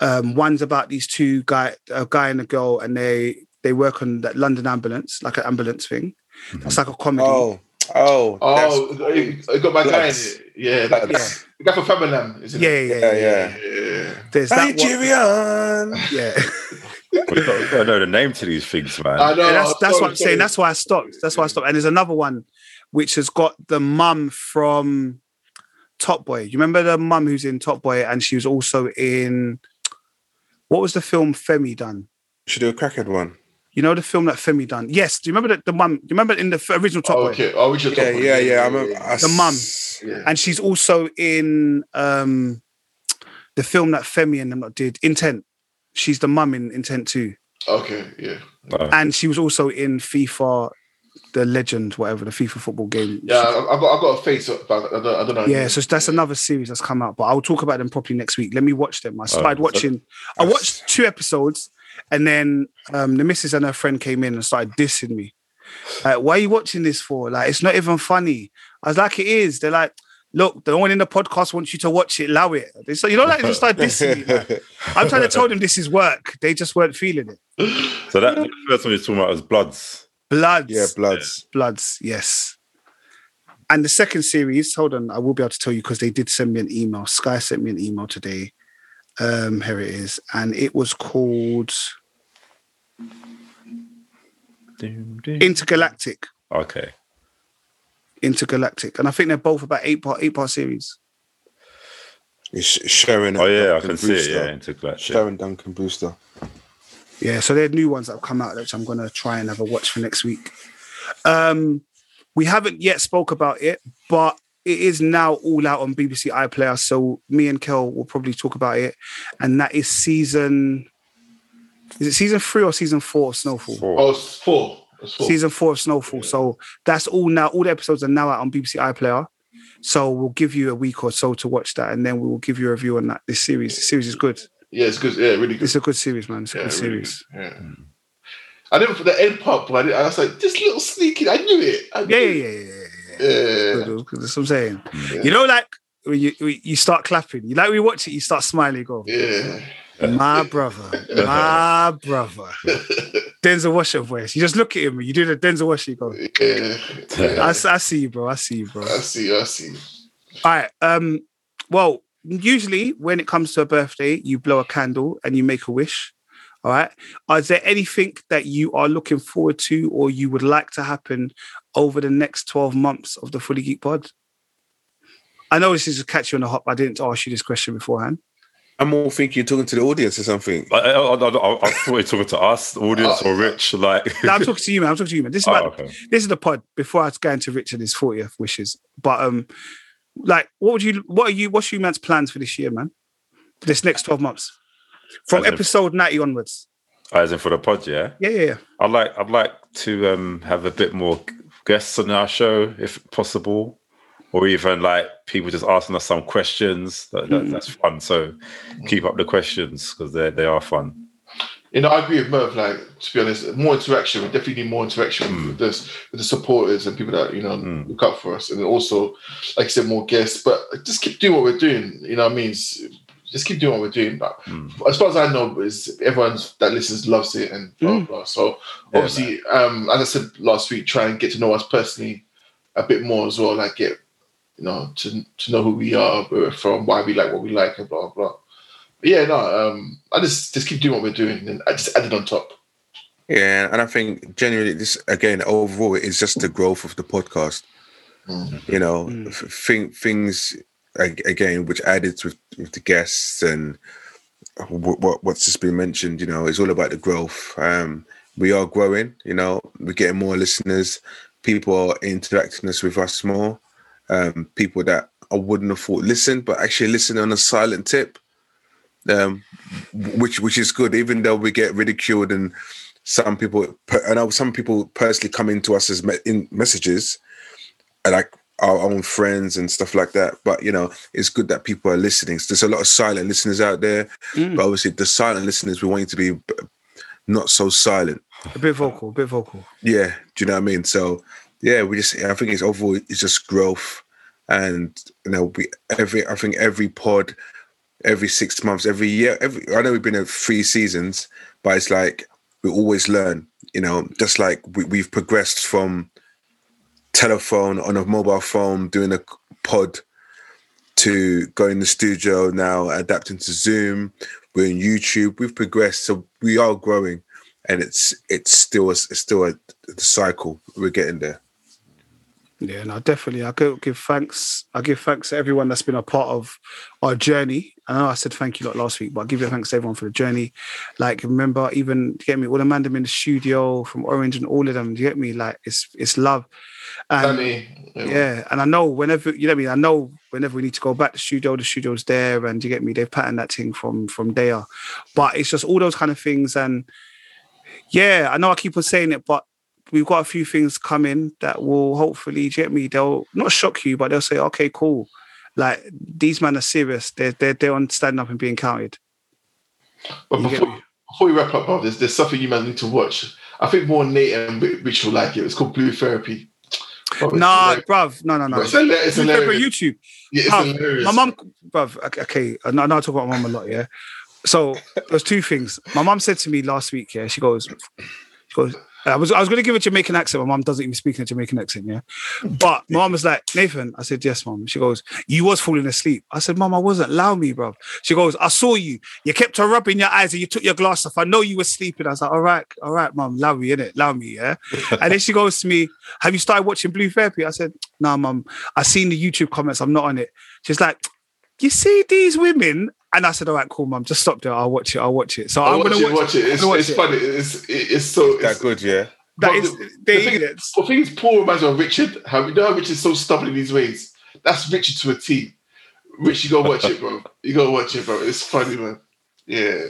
Speaker 2: Um, one's about these two guy, a guy and a girl, and they they work on that London ambulance, like an ambulance thing. That's like a comedy.
Speaker 4: Oh, oh,
Speaker 3: oh, it, it got my guy in
Speaker 4: Bloods.
Speaker 3: it. Yeah, that,
Speaker 2: Yeah,
Speaker 4: Bloods.
Speaker 3: the guy from Famalam, isn't
Speaker 2: yeah,
Speaker 3: it?
Speaker 2: yeah,
Speaker 4: yeah,
Speaker 2: yeah.
Speaker 4: yeah.
Speaker 3: Yeah.
Speaker 2: There's that one.
Speaker 4: Nigerian.
Speaker 2: Yeah.
Speaker 1: we got, we got to know the name to these things, man.
Speaker 3: I know.
Speaker 2: Yeah, that's that's
Speaker 3: sorry,
Speaker 2: what I'm saying.
Speaker 3: sorry.
Speaker 2: That's why I stopped. That's why I stopped. And there's another one which has got the mum from Top Boy. You remember the mum who's in Top Boy, and she was also in what was the film Femi done?
Speaker 4: Should do a crackhead one.
Speaker 2: You know the film that Femi done. Yes, do you remember that the mum? Do you remember in the f- original Top
Speaker 3: Oh,
Speaker 2: Boy?
Speaker 3: okay. Oh, Richard
Speaker 4: Yeah,
Speaker 3: Top
Speaker 4: yeah, yeah. I remember.
Speaker 3: yeah.
Speaker 4: I
Speaker 2: The mum.
Speaker 4: s-
Speaker 3: Yeah.
Speaker 2: And she's also in um, the film that Femi and them lot did Intent. She's the mum in Intent too,
Speaker 3: Okay, yeah.
Speaker 1: Oh.
Speaker 2: and she was also in FIFA, the Legend, whatever the FIFA football game.
Speaker 3: Yeah, I, I got I got a face up, but I don't, I don't know.
Speaker 2: Yeah, so that's another series that's come out, but I'll talk about them properly next week. Let me watch them. I started
Speaker 1: so-
Speaker 2: watching. I watched two episodes, and then um, the missus and her friend came in and started dissing me. Like, why are you watching this for? Like, it's not even funny. I was like, it is. They're like, look, the one in the podcast wants you to watch it. Allow it. They so you know, like, they just started dissing me. like. I'm trying to tell them this is work. They just weren't feeling it.
Speaker 1: So that the first one you're talking about was Bloods.
Speaker 2: Bloods,
Speaker 4: yeah, Bloods.
Speaker 2: Bloods, yes. And the second series, hold on, I will be able to tell you because they did send me an email. Sky sent me an email today. Um, here it is, and it was called Intergalactic.
Speaker 1: Okay.
Speaker 2: Intergalactic, and I think they're both about eight part eight part series.
Speaker 4: It's Sh- Sharon.
Speaker 1: Oh yeah, I
Speaker 4: Duncan
Speaker 1: can see it.
Speaker 4: Brewster.
Speaker 1: Yeah, Intergalactic.
Speaker 4: Sharon Duncan Brewster.
Speaker 2: Yeah, so they're new ones that have come out, which I'm gonna try and have a watch for next week. Um, we haven't yet spoke about it, but it is now all out on BBC iPlayer. So me and Kel will probably talk about it, and that is season. Is it season three or season four of Snowfall?
Speaker 1: Four.
Speaker 3: Oh, it's four. It's four.
Speaker 2: Season four of Snowfall. So that's all now. All the episodes are now out on BBC iPlayer. So we'll give you a week or so to watch that, and then we will give you a review on that. This series, this series is good.
Speaker 3: Yeah, it's good. Yeah, really good.
Speaker 2: It's a good series, man. It's a
Speaker 3: yeah,
Speaker 2: good
Speaker 3: really
Speaker 2: series.
Speaker 3: good. Yeah. I didn't for the end part, but I, didn't, I was like, this little sneaky. I knew it. I knew
Speaker 2: Yeah, yeah, yeah, yeah. yeah, yeah.
Speaker 3: it. Yeah.
Speaker 2: Good, good, That's what I'm saying. You know, like when you when you start clapping, you like we watch it, you start smiling, you go,
Speaker 3: Yeah.
Speaker 2: my brother, my brother. Denzel Washington voice. You just look at him, you do the Denzel Washington, you
Speaker 3: Yeah.
Speaker 2: go, I, s- I see you, bro. I see you, bro.
Speaker 3: I see. I see.
Speaker 2: All right. Um, well, usually when it comes to a birthday, you blow a candle and you make a wish. All right. Is there anything that you are looking forward to or you would like to happen over the next 12 months of the Fully Geek Pod? I know this is a catch you on the hop. I didn't ask you this question beforehand.
Speaker 4: I'm all thinking you're talking to the audience or something.
Speaker 1: I, I, I, I, I thought you were talking to us, audience, or Rich. Like,
Speaker 2: No, I'm talking to you, man. I'm talking to you, man. This is
Speaker 1: oh,
Speaker 2: about
Speaker 1: okay.
Speaker 2: this is the pod before I go into Richard his 40th wishes. But um, like, what would you? What are you? What's you man's plans for this year, man? This next twelve months, from
Speaker 1: As in-
Speaker 2: episode ninety onwards.
Speaker 1: Oh, As in for the pod, yeah.
Speaker 2: Yeah, yeah, yeah.
Speaker 1: I'd like, I'd like to um, have a bit more guests on our show, if possible. or even like people just asking us some questions. That, that, That's fun. So keep up the questions because they they are fun.
Speaker 3: You know, I agree with Merv. Like to be honest, more interaction. We definitely need more interaction with this, with the supporters and people that you know
Speaker 1: Mm.
Speaker 3: look out for us, and also, like I said, more guests. But just keep doing what we're doing. You know, what I mean, It's- just keep doing what we're doing. Like,
Speaker 1: Mm.
Speaker 3: As far as I know, is everyone that listens loves it and blah
Speaker 2: Mm.
Speaker 3: blah. blah. So
Speaker 1: Yeah,
Speaker 3: obviously, um, as I said last week, try and get to know us personally a bit more as well. Like get you know to to know who we are, where we're from, why we like what we like, and blah blah. But yeah, no. Um, I just just keep doing what we're doing, and I just added on top.
Speaker 4: Yeah, and I think generally this again overall it's just the growth of the podcast.
Speaker 3: Mm.
Speaker 4: You know,
Speaker 2: Mm.
Speaker 4: f- thing, things ag- again which added with, with the guests and what, what what's just been mentioned. You know, it's all about the growth. Um, we are growing. You know, we're getting more listeners. People are interacting us with us more. Um, people that I wouldn't have thought listen, but actually listen on a silent tip. Um, which which is good, even though we get ridiculed and some people per- I know some people personally come into us as me- in messages uh, like our own friends and stuff like that but you know it's good that people are listening so there's a lot of silent listeners out there
Speaker 2: Mm.
Speaker 4: but obviously the silent listeners we want you to be b- not so silent
Speaker 2: A bit vocal, a bit vocal.
Speaker 4: yeah do you know what i mean so yeah we just i think it's overall it's just growth and you know we every i think every pod every six months every year every i know we've been at three seasons but it's like we always learn you know just like we, we've progressed from telephone on a mobile phone doing a pod to going in the studio now adapting to zoom we're in youtube we've progressed so we are growing and it's it's still a, it's still a, the cycle we're getting there
Speaker 2: Yeah, no, definitely. I go give thanks. I give thanks to everyone that's been a part of our journey. I know I said thank you lot last week, but I give you thanks to everyone for the journey. Like, remember, even get me all the man them in the studio from Orange and all of them. Do you get me? Like, it's it's love. And
Speaker 3: Danny, you know,
Speaker 2: yeah, and I know whenever you know what I mean. I know whenever we need to go back to the studio, the studio's there, and you get me. They've patterned that thing from from there, but it's just all those kind of things. And yeah, I know I keep on saying it, but we've got a few things coming that will hopefully do you get me. They'll not shock you, but they'll say, okay, cool. Like these men are serious. They're they're they're on standing up and being counted.
Speaker 3: But
Speaker 2: You get
Speaker 3: before,
Speaker 2: me?
Speaker 3: before we wrap up, bro, there's, there's something you might need to watch. I think more Nate and Ri- Rich will like it. It's called Blue Therapy. Bro, it's
Speaker 2: Nah,
Speaker 3: hilarious.
Speaker 2: bruv, no, no, no.
Speaker 3: It's hilarious. It's
Speaker 2: You go for
Speaker 3: hilarious.
Speaker 2: YouTube.
Speaker 3: Yeah, it's
Speaker 2: Bruv,
Speaker 3: hilarious.
Speaker 2: my mum, bruv, okay, okay, I know I know I talk about my mum a lot, yeah. So there's two things. My mum said to me last week, yeah, she goes, she goes, I was I was gonna give a Jamaican accent. My mum doesn't even speak in a Jamaican accent, yeah. But my mum was like, Nathan, I said, Yes, mum. She goes, You was falling asleep. I said, Mum, I wasn't. Allow me, bruv. She goes, I saw you. You kept on rubbing your eyes and you took your glass off. I know you were sleeping. I was like, All right, all right, mum, allow me, innit? Allow me, yeah. and then she goes to me, Have you started watching Blue Therapy? I said, Nah, mum, I seen the YouTube comments, I'm not on it. She's like, you see these women? And I said, all right, cool, mum, just stop there. I'll watch it. I'll watch it. So
Speaker 3: I
Speaker 2: I'm
Speaker 3: watch,
Speaker 2: going
Speaker 3: it,
Speaker 2: to watch it.
Speaker 3: It's,
Speaker 2: I'm gonna
Speaker 3: it's funny. It's, it- it's so.
Speaker 4: that
Speaker 3: It's,
Speaker 4: good yeah
Speaker 2: That
Speaker 3: Well,
Speaker 2: is,
Speaker 3: the-
Speaker 2: they
Speaker 3: the thing is-
Speaker 2: idiots.
Speaker 3: I think it's Paul reminds me of Richard. How you know how Richard's so stubborn in these ways? That's Richard to a T. Rich, you gotta watch it, bro. You gotta watch it, bro. It's funny, man. Yeah.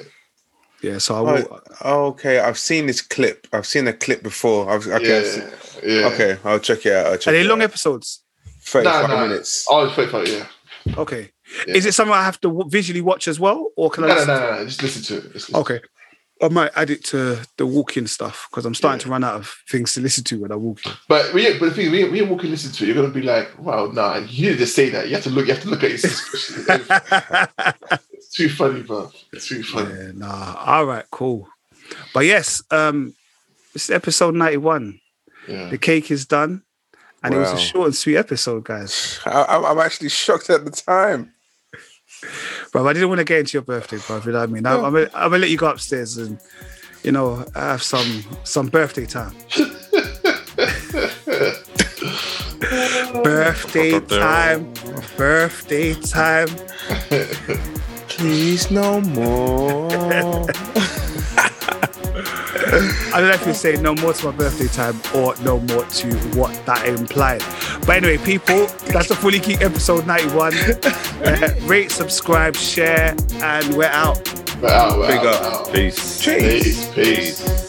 Speaker 2: Yeah, so I will.
Speaker 4: oh, okay i've seen this clip i've seen a clip before i've okay, I've seen-
Speaker 3: Yeah. Yeah.
Speaker 4: okay i'll check it out I'll check
Speaker 2: Are they
Speaker 4: it
Speaker 2: long
Speaker 4: out.
Speaker 2: episodes?
Speaker 4: 35
Speaker 3: Nah, nah.
Speaker 4: minutes
Speaker 3: Oh, it's 45, yeah.
Speaker 2: Okay.
Speaker 3: Yeah.
Speaker 2: Is it something I have to w- visually watch as well? Or can I
Speaker 3: No, no,
Speaker 2: listen
Speaker 3: no,
Speaker 2: to it?
Speaker 3: no, no. Just listen to it. Just listen.
Speaker 2: Okay. I might add it to the walking stuff because I'm starting
Speaker 3: Yeah.
Speaker 2: to run out of things to listen to when I walk. in.
Speaker 3: But we, but the thing, we, we walk and listen to it. You're gonna be like, wow, nah. You didn't just say that. You have to look. You have to look at your subscription. it's too funny, bro. It's too funny.
Speaker 2: Yeah, nah. All right, cool. But yes, um, this is episode 91.
Speaker 3: Yeah.
Speaker 2: The cake is done. And it was a
Speaker 4: Wow.
Speaker 2: short and sweet episode, guys.
Speaker 4: I, I'm I'm actually shocked at the time
Speaker 2: Bro, I didn't want to get into your birthday, bro. You know what I mean? I, I'm gonna I'm gonna let you go upstairs and you know have some some birthday time. birthday
Speaker 1: Up there.
Speaker 2: time, birthday time.
Speaker 4: Please no more.
Speaker 2: I don't know if you say no more to my birthday time or no more to what that implied. But anyway, people, that's the Fully Geek episode 91. Uh, rate, subscribe, share, and we're out.
Speaker 3: But out, we're
Speaker 4: Big
Speaker 3: out,
Speaker 4: up.
Speaker 3: we're out.
Speaker 1: Peace.
Speaker 4: Jeez.
Speaker 3: peace. peace.